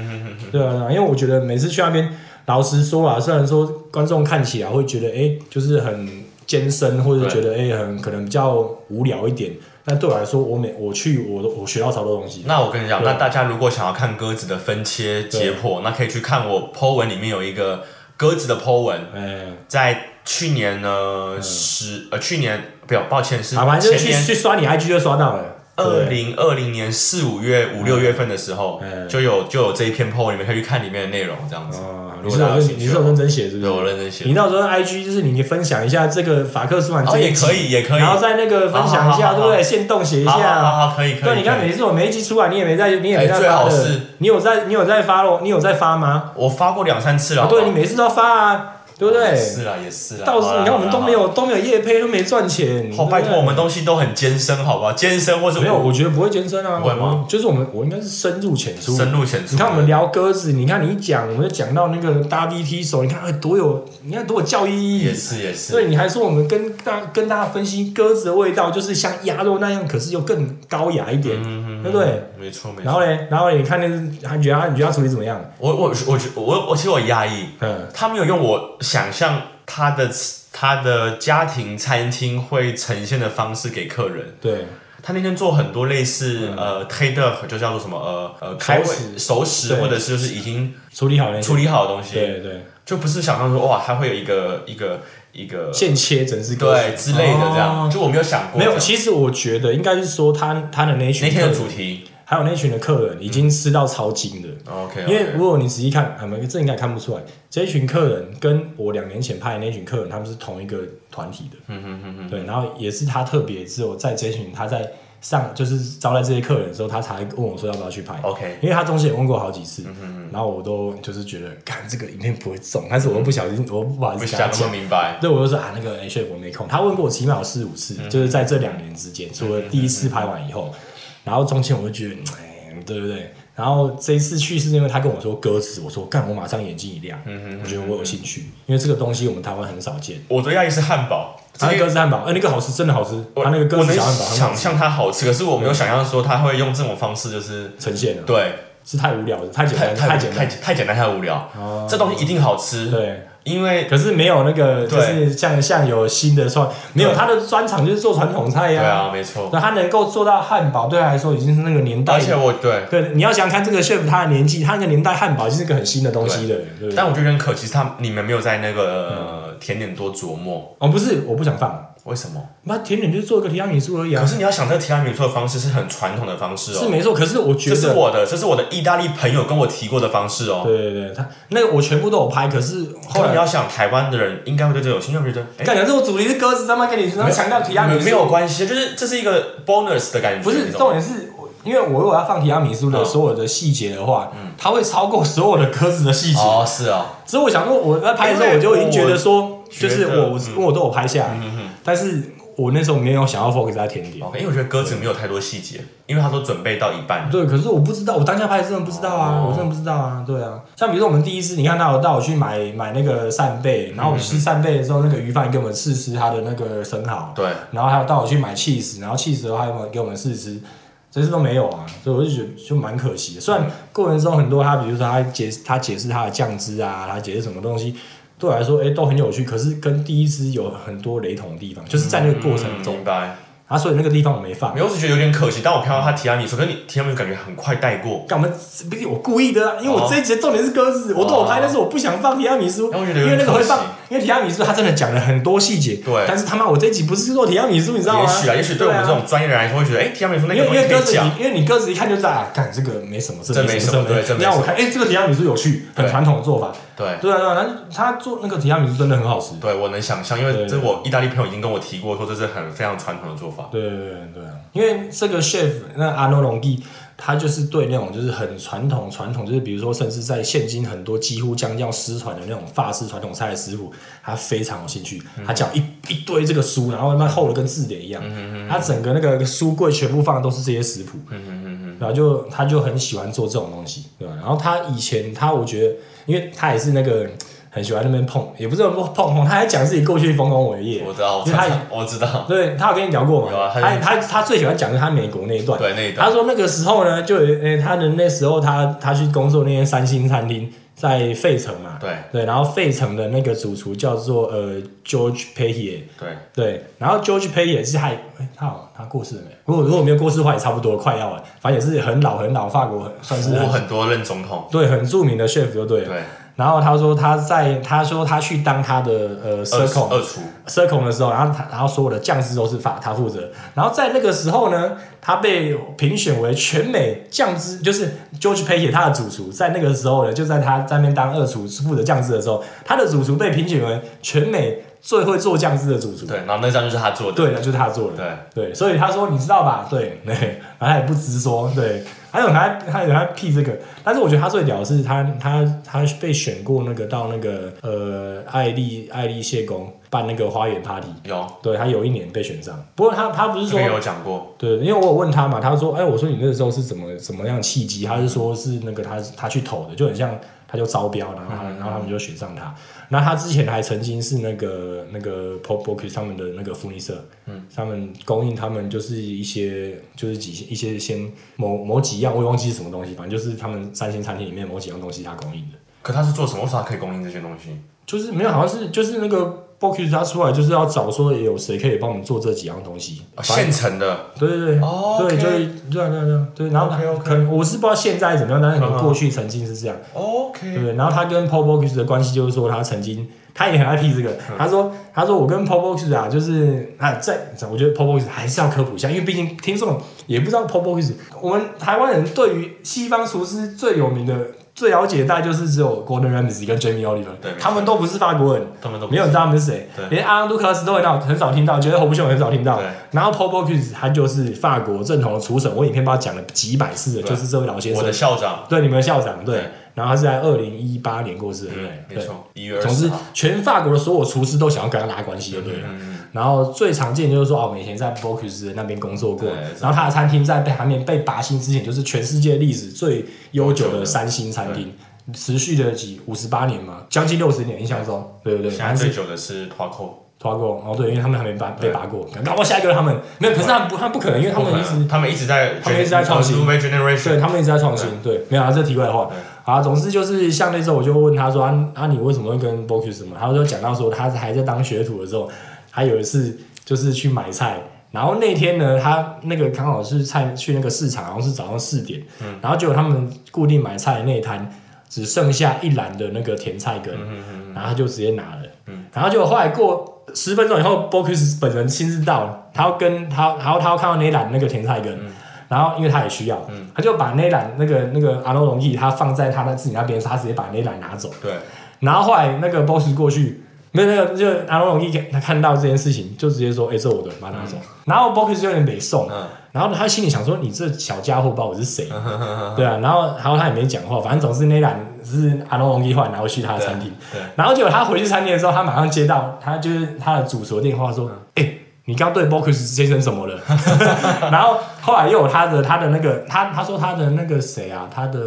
S1: 对啊，对啊因为我觉得每次去那边，老实说啊，虽然说观众看起来会觉得，哎，就是很艰深，或者觉得哎很可能比较无聊一点，但对我来说，我每我去我都我学到超多东西，
S2: 那我跟你讲，
S1: 对
S2: 那大家如果想要看鸽子的分切解剖，那可以去看我 Po 文里面有一个鸽子的 Po 文，
S1: 哎，
S2: 在去年呢十呃去年不要抱歉是
S1: 嗯啊，反正就是
S2: 前
S1: 去
S2: 年
S1: 去刷你 IG 就刷到了，
S2: 二
S1: 对
S2: 零二零年四五月五六月份的时候
S1: 嗯，
S2: 就有就有这一篇 PO，你们可以去看里面的内容，这样子。
S1: 啊，你
S2: 如
S1: 是
S2: 果大家
S1: 有认
S2: 有兴
S1: 你是
S2: 趣的
S1: 有
S2: 话，
S1: 认真写是不
S2: 对
S1: 是？
S2: 我认真写
S1: 你，到时候 IG 就是你分享一下这个法克斯曼
S2: 哦
S1: 这一
S2: 也
S1: 集
S2: 可，以也可以，
S1: 然后在那个分享一下，
S2: 好好好
S1: 对不对？现动写一
S2: 好好
S1: 下。啊
S2: 好好可以可以。
S1: 对，你看
S2: 可以
S1: 每次我每一集出来，你也没在，你也没在
S2: 哎最
S1: 发
S2: 好
S1: 的
S2: 是，
S1: 你有在，你有在发咯，你有在发吗？
S2: 我发过两三次了，
S1: 啊，
S2: 好不好
S1: 对你每次都发啊，对不对？
S2: 是啦，也是啦。
S1: 到时
S2: 好啦
S1: 你看我们都没。有都没有业配，都没赚钱。
S2: 好啦好啦好，拜
S1: 对不对
S2: 托我们东西都很艰深，好不好？艰深或是
S1: 没有，我觉得不会健身啊，
S2: 不会吗
S1: 我们就是我们，我应该是深入浅出。
S2: 深入浅出。
S1: 你看我们聊鸽子，你看你一讲，我们就讲到那个搭 VT 手，你看哎多有，你看多有教育意
S2: 也
S1: 义。
S2: 是也
S1: 所以
S2: 是，
S1: 你还说我们跟大跟大家分析鸽子的味道，就是像鸭肉那样，可是又更高雅一点。
S2: 嗯
S1: 对不对？
S2: 没错没错。
S1: 然后嘞，然后嘞，你看那只，还觉得它你觉得它处理怎么样？
S2: 我我我我我其实我压抑，
S1: 嗯，
S2: 他没有用我想象他的他的家庭餐厅会呈现的方式给客人。
S1: 对，
S2: 他那天做很多类似、呃 t a d e r 就叫做什么呃呃开胃
S1: 嗯食
S2: 熟食，
S1: 对
S2: 或者是就是已经
S1: 处理好那些
S2: 处理好的东西，
S1: 对对，
S2: 就不是想象说哇，它会有一个一个一个
S1: 现切整只鸽子
S2: 对之类的这样，
S1: 哦
S2: 就我没有想过
S1: 没
S2: 这样。
S1: 有，其实我觉得应该是说他他的那一
S2: 那
S1: 群客
S2: 天的
S1: 人，
S2: 主题
S1: 还有那群的客人已经吃到超精的。
S2: ，OK，
S1: 因为如果你仔细看，啊，没这应该看不出来，这一群客人跟我两年前拍的那群客人，他们是同一个团体的，
S2: 嗯哼哼哼，
S1: 对，然后也是他特别只有在这一群他在上就是招待这些客人的时候，他才问我说要不要去拍
S2: OK
S1: 因为他中间也问过好几次，
S2: 嗯
S1: 然后我都就是觉得，看这个影片不会中，但是我又不小心，我又不好意
S2: 不
S1: 思跟
S2: 想
S1: 他
S2: 那么
S1: 讲。
S2: 明白，
S1: 对，我就说啊，那个 H F 我没空。他问过我起码有四五次，
S2: 嗯
S1: 就是在这两年之间，除了第一次拍完以后，然后中间我就觉得，嗯哎，对不对？然后这一次去是因为他跟我说歌词，我说干，我马上眼睛一亮，
S2: 嗯
S1: 我觉得我有兴趣，因为这个东西我们台湾很少见。
S2: 我的压力是汉堡，
S1: 他的
S2: 这个
S1: 鸽子汉堡，哎，那个好吃，真的好吃。
S2: 我
S1: 他那个鸽
S2: 我
S1: 子
S2: 能
S1: 小汉堡很好
S2: 想象它好吃，可是我没有想象说它会用这种方式，就是
S1: 呈现了，
S2: 对，
S1: 是太无聊了，太简
S2: 太
S1: 单，
S2: 太
S1: 简
S2: 太
S1: 单。
S2: 太简单太无聊
S1: 哦，
S2: 这东西一定好吃，
S1: 对，
S2: 因为
S1: 可是没有那个，就
S2: 对
S1: 是像像有新的创，没有
S2: 对
S1: 他的专长就是做传统菜
S2: 对
S1: 呀。
S2: 啊，没错，
S1: 那他能够做到汉堡，对他来说已经是那个年代
S2: 而且我对
S1: 对，你要想想看，这个 chef 他的年纪，他那个年代汉堡就是一个很新的东西的，对不嗯对？
S2: 但我觉得很可惜，他你们没有在那个、呃甜点多琢磨，
S1: 哦，不是，我不想放，
S2: 为什么？
S1: 那甜点就是做一个提拉米苏而已
S2: 可
S1: 啊，
S2: 是你要想，这个提拉米苏的方式是很传统的方式
S1: 是
S2: 哦，
S1: 没错。可是我觉
S2: 这是
S1: 得，
S2: 我的，这是我的意大利朋友跟我提过的方式哦。
S1: 对对对，他那个我全部都有拍，可是后
S2: 可你
S1: 来，
S2: 要想，台湾的人应该会对这有兴趣，会觉得哎，
S1: 干讲这种主题是鸽子，他妈跟你他妈强调提拉米苏，
S2: 没有关系，就是这是一个 bonus 的感觉，
S1: 不是
S2: 你懂
S1: 重
S2: 吗
S1: 点是。因为我如果要放提拉米苏的
S2: 嗯
S1: 所有的细节的话，它会超过所有的鸽子的细节，
S2: 哦，是哦，
S1: 所以我想说，我在拍的时候，我就已经觉得说，
S2: 觉
S1: 就
S2: 得
S1: 是我我
S2: 嗯
S1: 因为我都有拍下来，但是我那时候没有想要 focus 在甜点，
S2: 因为我觉得鸽子没有太多细节，因为他都准备到一半了，
S1: 对，可是我不知道，我当下拍真的不知道啊，
S2: 哦
S1: 我真的不知道啊，对啊。像比如说我们第一次，你看他有带我去买买那个扇贝，然后我吃扇贝的时候，那个鱼贩给我们试吃他的那个生蚝，
S2: 对，
S1: 然后还有带我去买 cheese，然后 cheese 的话还有给我们试吃，这次都没有啊，所以我就觉得就蛮可惜的。虽
S2: 嗯
S1: 然过程中很多他，比如说他解他解释他的酱汁啊，他解释什么东西。对我来说，哎、都很有趣，可是跟第一次有很多雷同的地方，就是在那个过程中，
S2: 明白。
S1: 啊，所以那个地方我没放
S2: 没。有，我只觉得有点可惜。但我看到他提拉米苏，跟你提拉米苏感觉很快带过，
S1: 干嘛？不是我故意的、啊，因为我这一集的重点是鸽子，我都有拍，
S2: 哦
S1: 但是我不想放提拉米苏，
S2: 那哦我觉得有
S1: 因为
S2: 点
S1: 那个会放
S2: 可惜，
S1: 因为提拉米苏它真的讲了很多细节，
S2: 对
S1: 但是他妈我这一集不是做提拉米苏，你知道吗？啊
S2: 也许啊，也许对我们这种专业人来说，会觉得哎，提拉米苏那
S1: 因
S2: 个
S1: 为
S2: 东
S1: 因为
S2: 西可
S1: 鸽
S2: 以
S1: 子
S2: 讲，
S1: 你，因为你鸽子一看就知道，啊，干这个没什么，
S2: 这
S1: 没
S2: 没什么对这没
S1: 让
S2: 什
S1: 我
S2: 么
S1: 看，哎，这个提拉米苏有趣，很
S2: 对
S1: 传统的做法，
S2: 对。
S1: 对啊对啊，然后他做那个提拉米苏真的很好吃，
S2: 对，我能想象，因为
S1: 对
S2: 这我意大利朋友已经跟我提过，说这是很非常传统的做法。
S1: 对对对对啊，因为这个 chef 那阿诺隆基，他就是对那种就是很传统传统，就是比如说甚至在现今很多几乎将要失传的那种法式传统菜的师傅，他非常有兴趣。
S2: 嗯
S1: 他讲一一堆这个书，然后他妈厚的跟字典一样，
S2: 嗯
S1: 他整个那个书柜全部放的都是这些食谱，
S2: 嗯
S1: 然后就他就很喜欢做这种东西，对吧？然后他以前他我觉得，因为他也是那个。很喜欢那边碰，也不是碰碰，他还讲自己过去丰功伟业。
S2: 我知道，我
S1: 因为
S2: 知
S1: 他
S2: 道，我知道，
S1: 对他有跟你聊过嘛？
S2: 有啊他
S1: 他他他最喜欢讲的是他美国那一段。
S2: 对那一段
S1: 他说那个时候呢，就有诶、他的那时候他他去工作那间三星餐厅在费城嘛。
S2: 对
S1: 对，然后费城的那个主厨叫做呃 George Paye，
S2: 对，
S1: 对，然后 George Paye 是还、诶他好他过世了没？如果如果没有过世的话，也差不多快要了，反正也是很老很老，法国很算是
S2: 服务
S1: 很
S2: 很多任总统，
S1: 对很著名的 chef 就对了。
S2: 对，
S1: 然后他说他在他说他去当他的呃
S2: 二厨
S1: circle
S2: 二厨，
S1: 社恐的时候，然后他然后所有的酱汁都是法他负责，然后在那个时候呢，他被评选为全美酱汁，就是 George Pay 他的主厨，在那个时候呢，就在他在那边当二厨负责酱汁的时候，他的主厨被评选为全美最会做酱汁的主厨。
S2: 对，然后那张就是他做的，
S1: 对，那就是他做的。
S2: 对，
S1: 对，所以他说你知道吧？对，对，然后他也不直说，对，还有他他有他屁这个，但是我觉得他最屌的是他他他被选过那个到那个呃爱丽爱丽谢宫办那个花园 party，
S2: 有
S1: 对他有一年被选上，不过他他不是
S2: 这
S1: 说
S2: 个有讲过，
S1: 对，因为我有问他嘛，他说，哎，我说你那个时候是怎么怎么样契机？他是说是那个他他去投的，就很像他就招标，然后他、然后他们就选上他。那他之前还曾经是那个那个 Pop b o k 他们的那个福尼社，嗯，他们供应他们就是一些就是几一些先某某几样，我也忘记是什么东西，反正就是他们三星餐厅里面某几样东西他供应的，
S2: 可他是做什么？为什么他可以供应这些东西？
S1: 就是没有好像是就是那个 b o k 他出来就是要找说哎有谁可以帮我们做这几样东西，
S2: 哦
S1: 反正
S2: 现成的，
S1: 对对对，
S2: 哦
S1: 对，
S2: OK
S1: 就一对啊对啊对啊对，然后他
S2: OK，OK 嗯
S1: 可能我是不知道现在怎么样，但是可能过去曾经是这样，对
S2: OK，
S1: 对。然后他跟 Paul b o x 的关系就是说，他曾经他也很爱 P 这个，
S2: 嗯
S1: 他说他说我跟 Paul b o x 啊，就是啊在，我觉得 Paul b o x 还是要科普一下，因为毕竟听众也不知道 Paul b o x 我们台湾人对于西方厨师最有名的。最了解的大概就是只有 Gordon Ramsay 跟 Jamie Oliver，
S2: 对没错
S1: 他们都不是法国人，
S2: 他们都不
S1: 没有人知道他们是谁，
S2: 对
S1: 连阿兰杜克斯都很少很少听到，觉得侯不秀很少听到
S2: 对。
S1: 然后 Paul b o c u s 他就是法国正统的厨神，我影片帮他讲了几百次了，
S2: 对
S1: 就是这位老先
S2: 我
S1: 生
S2: 的，校长，
S1: 对你们的校长对
S2: 对。
S1: 然后他是在二零一八年过世的，对不
S2: 嗯，
S1: 对？
S2: 没
S1: 对。
S2: 错，一月二
S1: 总
S2: 十
S1: 之
S2: 号，，
S1: 全法国的所有厨师都想要跟他拉关系，对不对了？
S2: 嗯，
S1: 然后最常见就是说，哦，我们以前在 b o c u s 那边工作过
S2: 对，
S1: 然后他的餐厅在被还没被拔星之前，就是全世界历史最悠久的三星餐厅，持续了几五十八年嘛，将近六十年，印象中，对不对？
S2: 现
S1: 反
S2: 在
S1: 正是
S2: 最久的是 t a c o
S1: 抓过，哦对，因为他们还没拔被
S2: 对
S1: 拔过，搞不好下一个他们没有，可是他们不，他们不可能，因为他们一直
S2: 他们一直在，
S1: 他们一直在创新
S2: new
S1: 对
S2: generation，
S1: 他们一直在创新，对，没有啊，这题外话
S2: 对。
S1: 啊，总之就是像那时候我就问他说啊啊你为什么会跟 b o c u s 嘛？他就讲到说他还在当学徒的时候，他有一次就是去买菜。然后那天呢，他那个刚好是菜去那个市场，好像是早上四点，然后结果他们固定买菜的那一摊只剩下一篮的那个甜菜根，然后他就直接拿了，然后结果后来过十分钟以后 b o c u s 本人亲自到了，他要跟他，然后他要看到那一篮那个甜菜根，然后因为他也需要，他就把那一篮那个那个阿诺龙记他放在他那自己那边，他直接把那一篮拿走。
S2: 对，
S1: 然后后来那个 boss 过去，没有那个就阿龙一他看到这件事情，就直接说：“哎、这我的，把它拿走。然后 boss 就有点北宋，
S2: 嗯
S1: 然后他心里想说：“你这小家伙，不知道我是谁？”对啊，然后然后他也没讲话，反正总是那栏是阿龙龙一换，然后去他的餐厅。
S2: 对啊对
S1: 然后结果他回去餐厅的时候，他马上接到他就是他的主厨的电话
S2: 嗯
S1: 说：“哎、你刚对 b o c u s 先生怎么了？ 然后后来又有他的他的那个他他说他的那个谁啊，他的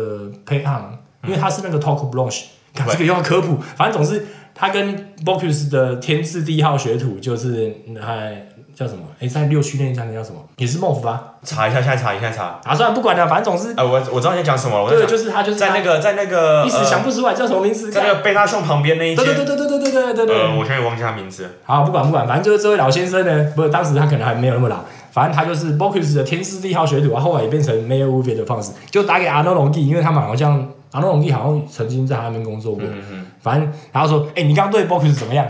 S1: 配昂，因为他是那个 Talk Blanche，看
S2: 嗯
S1: 这个又要科普，反正总是他跟 Bocuse 的天字第一号学徒就是还叫什么？诶，在六区那一家叫什么？也是孟夫啊，
S2: 查一下，现在查一下，现在查。
S1: 啊，算了，不管了，反正总是
S2: 哎，我我知道你在讲什么了，我在
S1: 对，
S2: 讲
S1: 就是他就是
S2: 在那个在那个
S1: 他 一时
S2: 呃
S1: 想不出来叫什么名字，
S2: 在那个贝纳颂旁边那一
S1: 对对
S2: 间
S1: 对，对对对对对对对。
S2: 呃，我现在也忘记他名字了，
S1: 好，不管不管，反正就是这位老先生呢，不是当时他可能还没有那么老，反正他就是 Bocuse 的天师地号学徒，啊，后来也变成 Mayor u v 的方式，就打给阿诺隆蒂，因为他们好像阿诺隆蒂好像曾经在他那边工作
S2: 嗯
S1: 过，反正然后说，哎、你刚对 Bocuse 怎么样？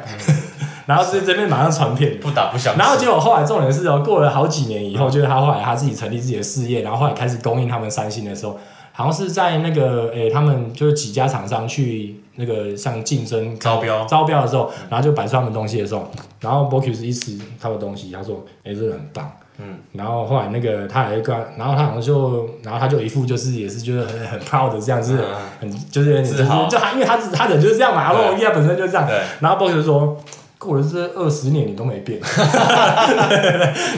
S1: 然后是这边马上传遍。
S2: 不打不相识。
S1: 然后结果后来重点是哦，过了好几年以后，就是他后来他自己成立自己的事业，然后后来开始供应他们三星的时候，好像是在那个诶、他们就是几家厂商去那个像竞争
S2: 招标
S1: 招标的嗯时候，然后就摆出他们东西的时候，然后 b o c u s 一吃他的东西，他说：“哎、这个很棒。”
S2: 嗯，
S1: 然后后来那个他还跟他，然后他好像就，然后他就一副就是也是就是很很 proud 的这样，就是
S2: 嗯
S1: 很就是有点
S2: 自豪
S1: 就是就他因为他只他人就是这样嘛，然
S2: 对
S1: 后伊他本身就是这样，
S2: 对
S1: 然后 b o c u s 说。过了这二十年，你都没变。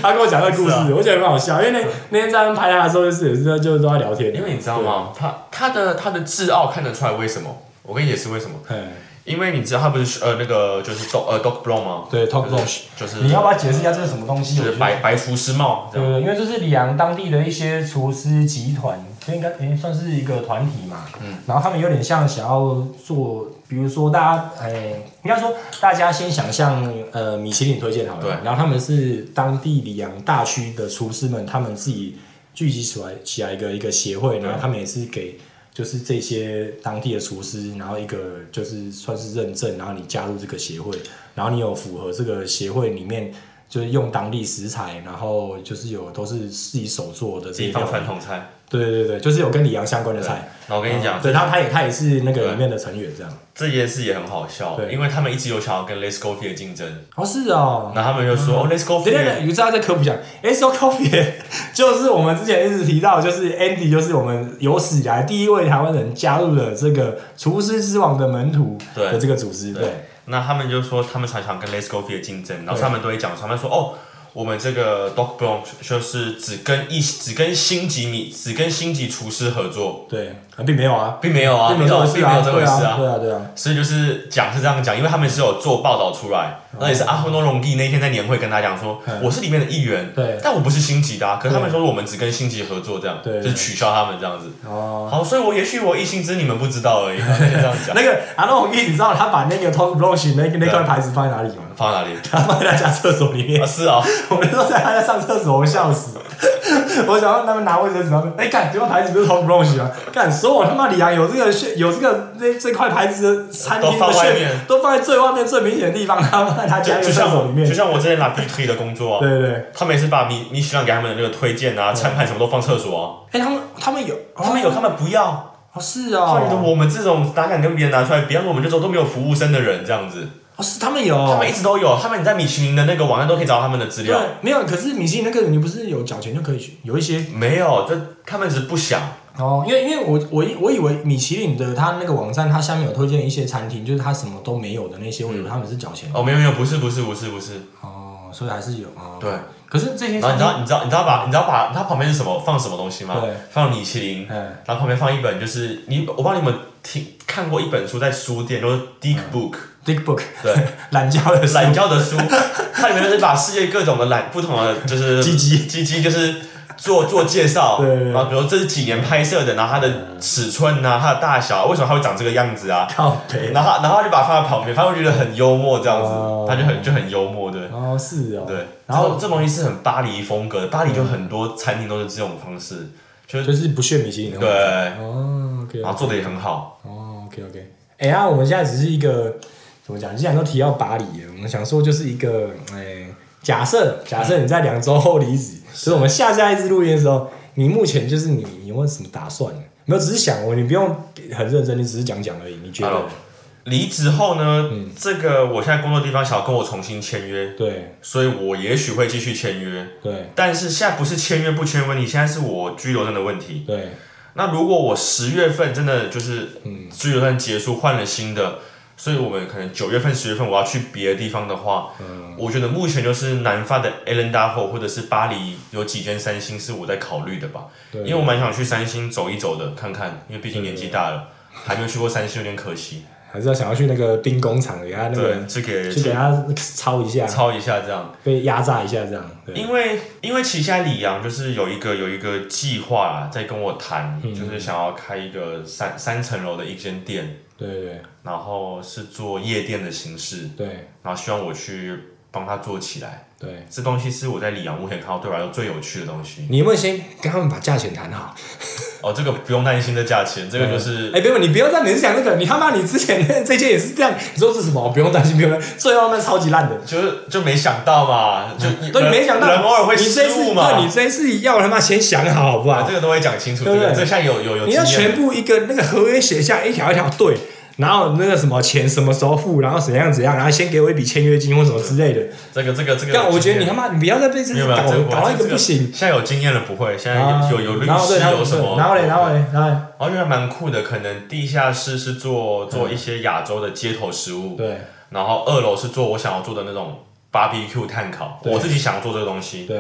S1: 他跟我讲这个故事，
S2: 是啊
S1: 我觉得很好笑，因为那那天在那边拍他的时候，就是也是就是都在聊天，
S2: 因为你知道吗？他他的他的自傲看得出来，为什么？我跟你解释为什么，
S1: 对？嗯，
S2: 因为你知道他不是呃那个就是 dog 呃 dog brown 吗？
S1: 对，Talk b
S2: 就
S1: o
S2: 是
S1: s
S2: 就是
S1: 你要不要解释一下这是什么东西？
S2: 就
S1: 我
S2: 是
S1: 觉得
S2: 白白厨师帽这
S1: 对
S2: 样。
S1: 因为这是里昂当地的一些厨师集团，所以应该诶、算是一个团体嘛。嗯，然后他们有点像想要做，比如说大家诶、应该说大家先想象呃米其林推荐好了，
S2: 对
S1: 然后他们是当地里昂大区的厨师们，他们自己聚集起来起来一个一个协会，然后他们也是给。就是这些当地的厨师，然后一个就是算是认证，然后你加入这个协会，然后你有符合这个协会里面就是用当地食材，然后就是有都是自己手做的这
S2: 自
S1: 些
S2: 己
S1: 料
S2: 放
S1: 理
S2: 传统菜，
S1: 对对对，就是有跟李阳相关的菜。
S2: 那我跟你讲，
S1: 啊对他，他也他也是那个
S2: 对
S1: 里面的成员这样。
S2: 这件事也很好笑，
S1: 对
S2: 因为他们一直有想要跟 Let's Go Fear 竞争，
S1: 哦，是哦。
S2: 然后他们就说、哦 Let's Go
S1: 对对对，
S2: Fear，
S1: 你知道在科普讲 S O Coffee 就是我们之前一直提到，就是 Andy 就是我们有史以来第一位台湾人加入了这个厨师之王的门徒
S2: 对
S1: 的这个组织，对
S2: 对那他们就说他们常常跟 Let's Go Fear 竞争，然后
S1: 对
S2: 他们都会讲，他们说哦。我们这个 Dog Brown 就是只跟一只跟星级米只跟星级厨师合作，
S1: 对，啊并没有啊，
S2: 并没有啊，
S1: 并没有
S2: 你
S1: 这回
S2: 知
S1: 事
S2: 道
S1: 啊，
S2: 并没有这回
S1: 对
S2: 事
S1: 啊，对啊，对啊，
S2: 所以就是讲是这样讲，因为他们是有做报道出来，那也是阿布诺隆蒂那天在年会跟他讲说，
S1: 哦嗯
S2: 我是里面的一员，
S1: 对
S2: 但我不是星级的、啊，可是他们说我们只跟星级合作，这样，
S1: 对
S2: 就是取消他们这样子。
S1: 哦。
S2: 好，所以我也许我一星之你们不知道而 已，他们就这样讲
S1: 那个阿诺红你知道他把那个 Tom b r o s h 那那
S2: 啊
S1: 块牌子放在哪里吗？
S2: 放在哪里？
S1: 他放在他家厕所里面
S2: 啊，。是啊，
S1: 我们都在他在上厕所，我笑死。我想让他们拿卫生纸，他们哎干，结果牌子不是 Tom Browns 吗？干，所有他妈里昂有这个血，有这个那这块牌子的餐厅
S2: 都放
S1: 的
S2: 外
S1: 血
S2: 面
S1: 都放在最外面最明显的地方，他放在他家
S2: 就
S1: 的
S2: 就
S1: 厕所里
S2: 像
S1: 面
S2: 就。像我之前拿 B T 的工作啊，
S1: 对对对，
S2: 他们也是把米米其林给他们的那个推荐啊、餐盘什么都放厕所
S1: 哎、他们他们有，
S2: 啊，他们有他们不要，
S1: 哦是
S2: 他们觉得
S1: 哦，
S2: 我们这种哪敢跟别人拿出来，别人我们这种都没有服务生的人这样子。
S1: 哦是他们有，
S2: 他们一直都有，他们你在米其林的那个网站都可以找到他们的资
S1: 对
S2: 料。
S1: 没有，可是米其林那个你不是有缴钱就可以去，有一些
S2: 没有，这他们只是不想。
S1: 哦，因为因为我我以我以为米其林的他那个网站，它下面有推荐一些餐厅，就是它什么都没有的那些，我以为他们是缴钱的
S2: 哦，没有没有，不是不是不是不是。
S1: 哦，所以还是有哦。
S2: 对。
S1: 可是这些
S2: 然后
S1: 餐
S2: 你
S1: 厅，
S2: 知道你知道你知道把你知道把它旁边是什么放什么东西吗
S1: 对？
S2: 放米其林，
S1: 嗯，
S2: 然后旁边放一本就是你我不知道你们听看过一本书在书店，就是 Dick Book，
S1: Dick Book
S2: 对，
S1: 懒觉的
S2: 懒觉的书，它里面就是把世界各种的懒不同的就 是
S1: 鸡鸡
S2: 鸡鸡就是做做介绍，
S1: 对对对
S2: 然后比如说这是几年拍摄的，然后它的尺寸啊，它的大小，为什么它会长这个样子啊？
S1: 靠背。
S2: 然后他然后他就把它放在旁边，他会觉得很幽默这样子，
S1: 哦
S2: 他就很就很幽默，对
S1: 哦，是哦。
S2: 对。
S1: 然
S2: 然
S1: 后
S2: 后这东西是很巴黎风格的，巴黎就很多餐厅都是这种方式，就是
S1: 就是不屑米其林的
S2: 对，
S1: 网站。哦，OK，
S2: 然后做的也很好。
S1: 哦，OK OK。哎呀，那我们现在只是一个怎么讲？既然都提到巴黎了，我们想说就是一个哎，假设假设你在两周后离职，所以我们下下一次录音的时候，你目前就是你你有没有什么打算呢？没有，只是想哦，你不用很认真，你只是讲讲而已。你觉
S2: 好
S1: 得
S2: 了？离职后呢，
S1: 嗯
S2: 这个我现在工作的地方想要跟我重新签约，
S1: 对
S2: 所以我也许会继续签约。
S1: 对
S2: 但是现在不是签约不签约问题，现在是我居留证的问题。
S1: 对，
S2: 那如果我十月份真的就是
S1: 嗯
S2: 居留证结束换了新的，所以我们可能九月份、十月份我要去别的地方的话，
S1: 嗯
S2: 我觉得目前就是南法的 a l e n d a h o 或者是巴黎有几间三星是我在考虑的吧，
S1: 对
S2: 因为我蛮想去三星走一走的，看看，因为毕竟年纪大了，还没有去过三星有点可惜。
S1: 还是要想要去那个兵工厂给他那个
S2: 对，这个
S1: 去给他抄一下，
S2: 抄一下这样。
S1: 被压榨一下这样。对，
S2: 因为因为旗下里昂就是有一个有一个计划啊，在跟我谈，
S1: 嗯
S2: 就是想要开一个三三层楼的一间店，
S1: 对对
S2: 然后是做夜店的形式，
S1: 对
S2: 然后希望我去帮他做起来。
S1: 对，
S2: 这东西是我在里昂目前看到对我来说最有趣的东西。
S1: 你有没有先跟他们把价钱谈好？
S2: 哦，这个不用担心的价钱，这个就是
S1: 哎，不用，你不要再每次讲这个，你他妈你之前那这件也是这样，你说这是什么？我不用担心，不用担心，最后那超级烂的。
S2: 就是就没想到嘛，就
S1: 对，你没想到，
S2: 人偶尔会
S1: 你这
S2: 失
S1: 次
S2: 误嘛，
S1: 对，你这次要他妈先想好，好不
S2: 啊
S1: 好？
S2: 这个都会讲清楚，这
S1: 对不
S2: 个
S1: 对
S2: 这项有有有
S1: 你
S2: 经
S1: 要
S2: 验。
S1: 全部一个那个合约写下一条一条对，然后那个什么钱什么时候付，然后怎样怎样，然后先给我一笔签约金或什么之类的。
S2: 这个这个这个有经验，
S1: 但我觉得你他妈，你不要再被这次
S2: 没有
S1: 搞
S2: 没有，这
S1: 搞到一
S2: 这
S1: 个不行。
S2: 现在有经验了，不会。现在
S1: 啊
S2: 有有律
S1: 然后对
S2: 师
S1: 然后
S2: 有什么？
S1: 然后嘞，然后嘞，然后嘞，
S2: 我觉得蛮酷的。可能地下室是做做
S1: 嗯
S2: 一些亚洲的街头食物，
S1: 对
S2: 然后二楼是做我想要做的那种 barbecue 炭烤，
S1: 对
S2: 我自己想要做这个东西。
S1: 对，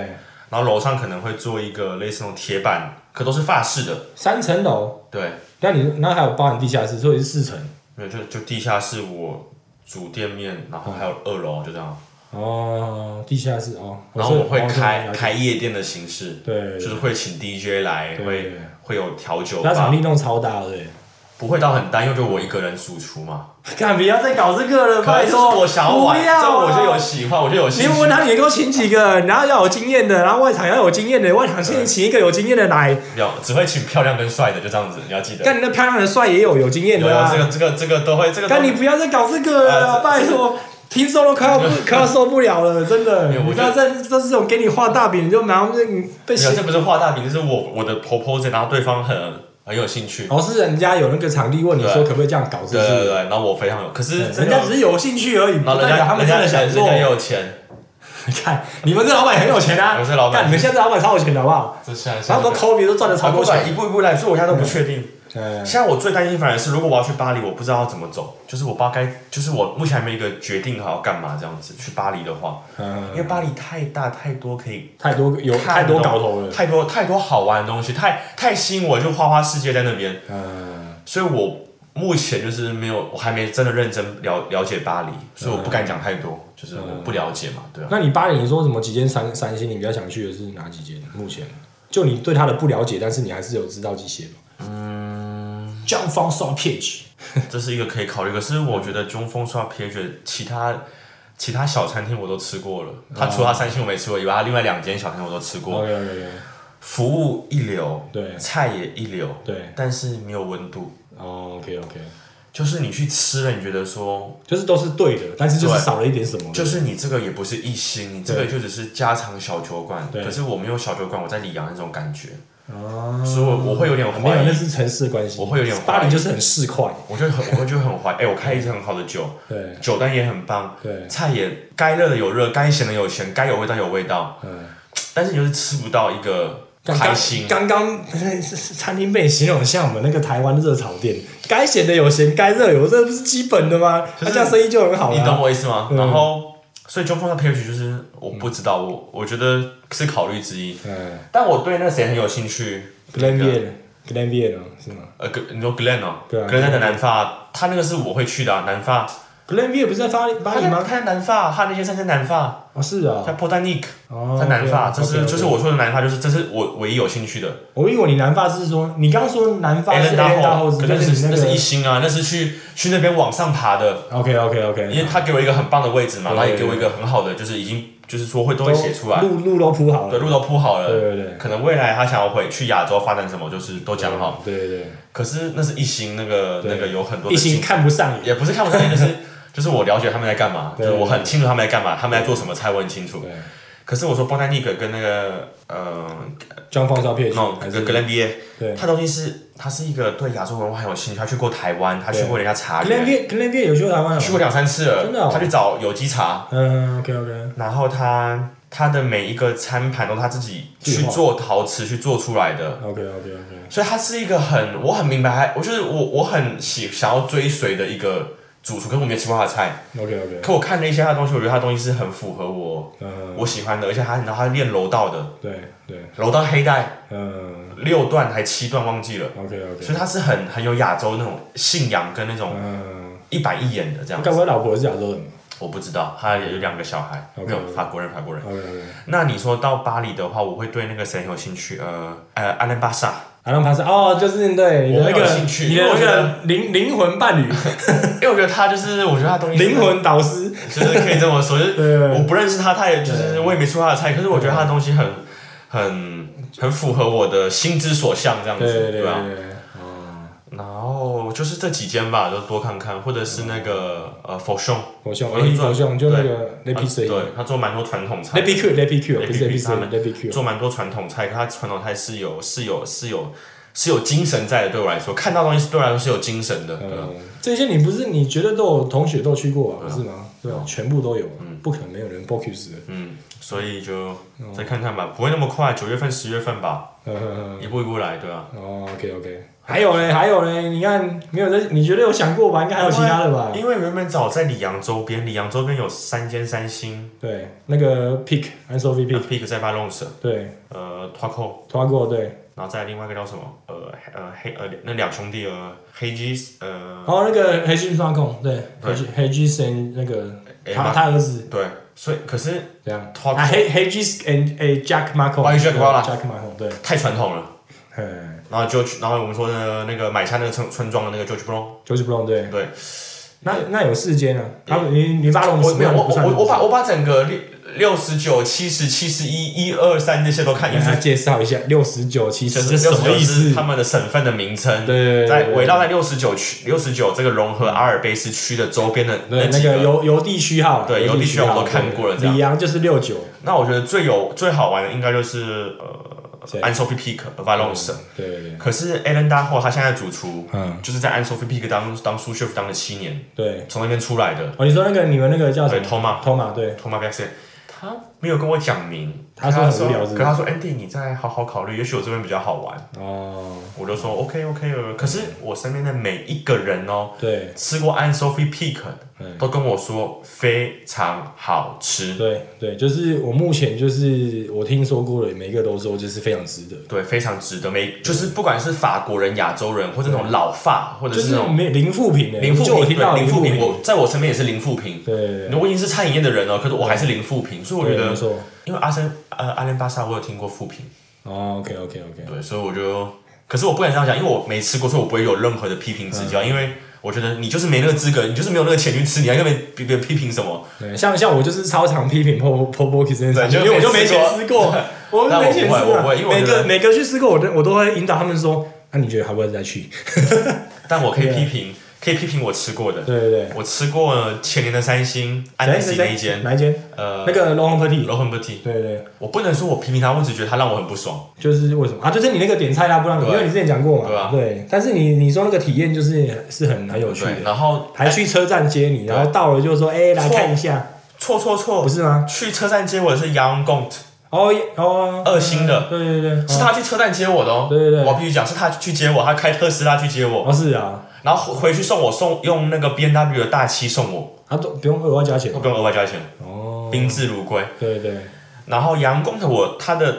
S2: 然后楼上可能会做一个类似那种铁板，可都是法式的，
S1: 三层楼，
S2: 对，
S1: 那你那还有包含地下室，所以是四层。
S2: 没有就就地下室我主店面，然后还有二楼就这样。
S1: 哦，地下室哦，
S2: 然后我会
S1: 哦
S2: 开
S1: 了解
S2: 开夜店的形式，
S1: 对，
S2: 就是会请 DJ 来，
S1: 对
S2: 会
S1: 对
S2: 会有调酒
S1: 那
S2: 吧
S1: 场。地弄超大的耶，欸
S2: 不会到很大，因为就我一个人输出嘛。
S1: 干不要再搞这个了，
S2: 可
S1: 拜
S2: 是
S1: 托，
S2: 我想要玩，
S1: 不要啊
S2: 这我就有喜欢，我就有兴
S1: 你
S2: 趣。
S1: 问他，你给我请几个，然后要有经验的，然后外场要有经验的，外场先请一个有经验的来，
S2: 有只会请漂亮跟帅的，就这样子，你要记得。
S1: 干你那漂亮的帅也有有经验
S2: 有
S1: 的
S2: 有
S1: 啊
S2: 这，个这个这个都会，这个都
S1: 干你不要再搞这个了，
S2: 呃这
S1: 拜托，听众都快 要不快要受不了了，真的。
S2: 没有
S1: 你
S2: 我
S1: 不
S2: 觉得
S1: 要再这这种给你画大饼，你就马上就你被
S2: 没有，
S1: 写。
S2: 这不是画大饼，这是我我的 proposal，然后对方很很有兴趣。
S1: 哦，是人家有那个场地问你说
S2: 对
S1: 可不可以这样搞，是
S2: 对
S1: 不
S2: 对对，
S1: 是？
S2: 对然后我非常有，可是
S1: 人家只是有兴趣而已，不
S2: 然后人
S1: 代表
S2: 家
S1: 他们
S2: 人
S1: 真
S2: 家
S1: 的想做
S2: 人。家也有钱，
S1: 你看，你们这老板很有钱啊！
S2: 我是老板
S1: 干你们现在老板超有钱的好不好？
S2: 这现在
S1: 然后都 COVID 都赚了超
S2: 啊不
S1: 多
S2: 管
S1: 钱。
S2: 一步一步来，所以我现在都不确定。
S1: 嗯，
S2: 现在我最担心反而是，如果我要去巴黎，我不知道要怎么走，就是我不知道该，就是我目前还没有一个决定好要干嘛这样子。去巴黎的话，因为
S1: 嗯
S2: 巴黎太大太多可以
S1: 太多有
S2: 看
S1: 太多搞头了。
S2: 太多太多好玩的东西，太太吸引我，就花花世界在那边，
S1: 嗯，
S2: 所以我目前就是没有，我还没真的认真了了解巴黎，所以我不敢讲太
S1: 嗯
S2: 多，就是我不了解嘛，对 啊。
S1: 那你巴黎你说什么几间三三星，你比较想去的是哪几间？目前就你对他的不了解，但是你还是有知道这些吗？嗯，John f o n s o Page，
S2: 这是一个可以考虑。可是我觉得中锋刷 P H 其他其他小餐厅我都吃过了，
S1: 嗯
S2: 他除了他三星我没吃过以外，他另外两间小餐厅我都吃过，
S1: OK OK OK，
S2: 服务一流，
S1: 嗯对
S2: 菜也一流，
S1: 对
S2: 但是没有温度。
S1: 哦 OK OK，
S2: 就是你去吃了，你觉得说，
S1: 就是都是对的，但是就是
S2: 对
S1: 少了一点什么。
S2: 就是你这个也不是一星，你这个就只是家常小酒馆。
S1: 对
S2: 可是我没有小酒馆，我在里昂那种感觉，
S1: 哦，
S2: 所以我我会有点
S1: 没有，
S2: 怀
S1: 那
S2: 疑，
S1: 是城市关系。
S2: 我会有点怀疑
S1: 巴黎就是很市侩，
S2: 我就很我就很怀疑。哎、我开一支很好的酒，
S1: 对
S2: 酒单也很棒，
S1: 对，
S2: 菜也该热的有热，该咸的有咸，该有味道有味道，
S1: 嗯。
S2: 但是你就是吃不到一个
S1: 刚
S2: 开心。
S1: 刚刚 呃是是餐厅被你形容得像我们那个台湾热炒店，该咸的有咸，该热有热，这不是基本的吗？
S2: 就
S1: 那
S2: 是
S1: 这样生意就很好
S2: 你懂
S1: 了。
S2: 我意思吗？
S1: 嗯
S2: 然后，所以中锋的 page 就是我不知道，我我觉得是考虑之一。
S1: 嗯
S2: 但我对那谁很有兴趣
S1: ，Glen
S2: 那
S1: v i
S2: 个
S1: e g l e n v i e 是吗
S2: 呃，格你说 Glen 哦
S1: 对啊
S2: ，Glen 在南法，他那个是我会去的啊南法。
S1: ？Glen v i e 不是在巴黎巴黎
S2: 他
S1: 吗？
S2: 他在南法，他那些山在南法，
S1: 哦，是啊
S2: 在，波丹尼克，
S1: 哦，
S2: 在南法，这是
S1: OK，OK，OK
S2: 就是我说的南法，就是这是我唯一有兴趣的。
S1: 我以为你南法是说你刚刚说南法
S2: a
S1: 是
S2: l
S1: 大
S2: 大
S1: 后，
S2: 后，可
S1: 就是是
S2: 那
S1: 你那
S2: 那是一
S1: 个
S2: 星啊，那是去去那边往上爬的，
S1: OK OK
S2: 因为
S1: OK，
S2: 他给我一个很棒的位置嘛，
S1: 啊对
S2: 然后也给我一个很好的，就是已经就是说会都会写出来，
S1: 路路都铺好
S2: 对，
S1: 了，
S2: 路都铺好了。
S1: 对对对
S2: 可能未来他想要回去亚洲发展什么，就是都讲好。，
S1: 对对对，
S2: 可是那是一星，那个
S1: 对
S2: 那个有很多的
S1: 一心
S2: 竞
S1: 看不上眼，
S2: 也不是看不上眼，就是 就是我了解他们在干嘛，
S1: 对
S2: 就是我很清楚他们在干嘛，他们在做什么菜，我很清楚。
S1: 对，
S2: 可是我说 b o n a n i 跟那个呃
S1: 装放照片
S2: no
S1: 还
S2: 跟
S1: 是
S2: g l e n b a
S1: 对。
S2: 他东西是他是一个对亚洲文化很有兴趣，他去过台湾，他去过人家茶
S1: g l e n
S2: 园
S1: v，i e g l e n v i e 有去过台湾吗？
S2: 去过两三次了，
S1: 真的哦
S2: 他去找有机茶，
S1: 嗯，OK OK，
S2: 然后他他的每一个餐盘都是他自己去做陶瓷去做出来的，
S1: OK OK OK，
S2: 所以他是一个很我很明白，我就是我我很喜想要追随的一个主厨，可是我没吃过他的菜，
S1: OK OK，
S2: 可我看了一些他的东西，我觉得他的东西是很符合我
S1: 嗯，
S2: 我喜欢的，而且他你知道他练柔道的，
S1: 对对，
S2: 柔道黑带
S1: 嗯
S2: 六段还七段忘记了，
S1: ，OK OK，
S2: 所以他是很很有亚洲那种信仰跟那种
S1: 嗯，
S2: 一板一眼的这样
S1: 但
S2: 子。
S1: 我老婆是亚洲人嘛
S2: 我不知道，他有两个小孩，
S1: OK
S2: 没有法国人，法国人。
S1: ，OK OK，
S2: 那你说到巴黎的话，我会对那个谁很有兴趣？呃呃，阿兰巴萨，
S1: 阿浪帕斯哦，就是对你的那
S2: 我没有
S1: 个
S2: 兴趣
S1: 你的那
S2: 因为我觉
S1: 个灵灵魂伴 侣、
S2: 因为我觉得他就是，我觉得他东西
S1: 灵魂导师，
S2: 就是可以这么说，就
S1: 对
S2: 是我不认识他，他也就是我也没出他的菜，可是我觉得他的东西很很很符合我的心之所向这样
S1: 对
S2: 子，
S1: 对对
S2: 吧？
S1: 对，哦，
S2: 然后就是这几间吧，就多看看，或者是那个呃 f o s h o n
S1: 佛像，
S2: 我
S1: 雷
S2: 会
S1: 皮
S2: 做
S1: 佛像，就那个雷皮谁？
S2: 对，他做蛮多传统菜
S1: 雷，皮 Q 雷皮 Q 不是雷皮
S2: Lepiq，
S1: 谁
S2: 他们
S1: 雷皮 Q，
S2: 做蛮多传统菜，可他传统菜是有是有是有是有精神在的，对我来说，看到东西是对我来说是有精神的，对吧啊
S1: 嗯，这些你不是你觉得都有同学都去过啊，
S2: 对
S1: 不
S2: 啊
S1: 是吗？对啊，全部都有啊，不可能没有人 focus 的，
S2: 嗯，所以就再看看吧，不会那么快，九月份、十月份吧，
S1: 嗯嗯嗯。
S2: 一步一步来，对啊吧？
S1: 哦，OK OK，还有嘞，还有嘞，你看没有这？你觉得有想过吧？应该还
S2: 啊
S1: 有其他的吧？
S2: 因为原本早在里昂周边，里昂周边有三间三星
S1: 对，那个 Pick a n s o v Pick，
S2: ，Peak 在 v a l o n c e
S1: 对
S2: 呃 t a c o
S1: 拖 o 过对，
S2: 然后再另外一个叫什么？呃黑呃黑呃那两兄弟呃黑鸡呃
S1: 然后哦那个黑金双控，对，黑
S2: 对
S1: 金黑金森那个
S2: 哎
S1: 他
S2: 马
S1: 他儿子
S2: 对，所以可是
S1: 这样，
S2: Taco
S1: 啊黑黑金 and 诶 Jack Marco，
S2: 哦，Jack Marco
S1: Jack Marco 对，
S2: 太传统了。
S1: 嗯
S2: 然后就去，然后我们说那个那个买下那个村村庄的那个 George Brown，
S1: ，George Brown 对，
S2: 对，
S1: 那那有四间啊，他们你你发龙
S2: 我
S1: 什么
S2: 没有，
S1: 样都
S2: 我
S1: 不
S2: 我
S1: 算
S2: 我我把我把整个六六十九、七十、七十一、一二三那些都看一
S1: 给 大家
S2: 次，
S1: 介绍一下六十九其
S2: 就
S1: 实
S2: 是
S1: 是什
S2: 六十
S1: 么
S2: 九
S1: 意
S2: 是
S1: 思
S2: 他？们的省份的名称，
S1: 对对对对
S2: 在
S1: 对
S2: 围绕在六十九区、六十九这个融合阿尔卑斯区的周边的
S1: 对，那
S2: 几
S1: 个邮邮递区号啊，
S2: 对
S1: 邮
S2: 邮递
S1: 区
S2: 区号
S1: 号
S2: 我都看过了
S1: 对
S2: 这样
S1: 里昂就是六九，
S2: 那我觉得最有最好玩的应该就是
S1: 谁
S2: 呃安 n s o p h i Peak
S1: 嗯
S2: Valence。
S1: 对对对
S2: 可是 Alan 大后他现在主厨，
S1: 嗯
S2: 就是在 a n s o p h i Peak 当当苏 chef 当了七年，
S1: 对。
S2: 从那边出来的。
S1: 哦，你说那个你们那个叫什
S2: 对
S1: 么？
S2: ，Toma
S1: 托马对，
S2: Toma b a x 他没有跟我讲明，
S1: 他说很无聊是不是
S2: 可他说 Andy，你再好好考虑，也许我这边比较好玩。
S1: 哦，
S2: 我就说 OK OK，呃可是我身边的每一个人哦，
S1: 对
S2: 吃过 Anne Sophie Peak 的
S1: 嗯
S2: 都跟我说非常好吃，
S1: 对对，就是我目前就是我听说过的，每一个都说就是非常值得，
S2: 对，非常值得。每就是不管是法国人、亚洲人，或者那种老法，或者
S1: 就是
S2: 那
S1: 是
S2: 种
S1: 没零负评的，
S2: 零
S1: 嗯就
S2: 负
S1: 我听
S2: 评，
S1: 到
S2: 对
S1: 零
S2: 零负
S1: 负
S2: 评，我在我身边也是零负评。
S1: 对对对
S2: 我已经是餐饮业的人哦了，可是我还是零负评，所以我觉
S1: 对，没
S2: 得，
S1: 错。
S2: 因为阿森呃阿联巴萨我有听过负评，
S1: 哦，OK OK OK，
S2: 对，所以我就，可是我不敢这样讲，因为我没吃过，所以我不会有任何的批评指
S1: 嗯
S2: 教，因为我觉得你就是没那个资格，你就是没有那个钱去吃，你还跟别人别人批评什么？
S1: 对，像像我就是超常批评 Po Po b o k i 这件事
S2: 对
S1: 情，
S2: 就
S1: 因为我就没
S2: 没吃
S1: 钱吃
S2: 过
S1: 过，我
S2: 但我
S1: 没钱吃
S2: 不会我不
S1: 啊
S2: 会因为。我
S1: 每
S2: 觉
S1: 个
S2: 得
S1: 每个去吃过，我都我都会引导他们说，那你觉得还不要再去？
S2: 但我可以批评，可以批评我吃过的，
S1: 对对对，
S2: 我吃过前年的三星安
S1: 谁
S2: 德西
S1: 谁
S2: 那一
S1: 谁
S2: 间，
S1: 哪一间？
S2: 呃
S1: 那个 l o n g p a r t y
S2: ，Rohan b e t
S1: 对对，
S2: 我不能说我批评他，我只觉得他让我很不爽。
S1: 就是为什么啊？就是你那个点菜啦，不让你，因
S2: 对
S1: 为你之前讲过嘛，
S2: 对啊
S1: 对。但是你你说那个体验就是是很很有趣
S2: 对，
S1: 的，
S2: 然后
S1: 还去车站接你，然后到了就说，哎，来
S2: 错
S1: 看一下，
S2: 错错
S1: 不
S2: 错，
S1: 是吗？
S2: 去车站接我的是 Young Gont，
S1: 哦哦，
S2: 二星的
S1: 对对对，
S2: 是
S1: 哦
S2: 他去车站接我的哦。
S1: 对对对
S2: 我必须讲是他去接我，他开特斯拉去接我，
S1: 哦是啊，
S2: 然后回回去送我送用那个 B N W 的大七送我，
S1: 啊都不用额外加钱
S2: 我不用额外加钱，
S1: 哦，
S2: 宾至如归。
S1: 对对。
S2: 然后杨公的我他的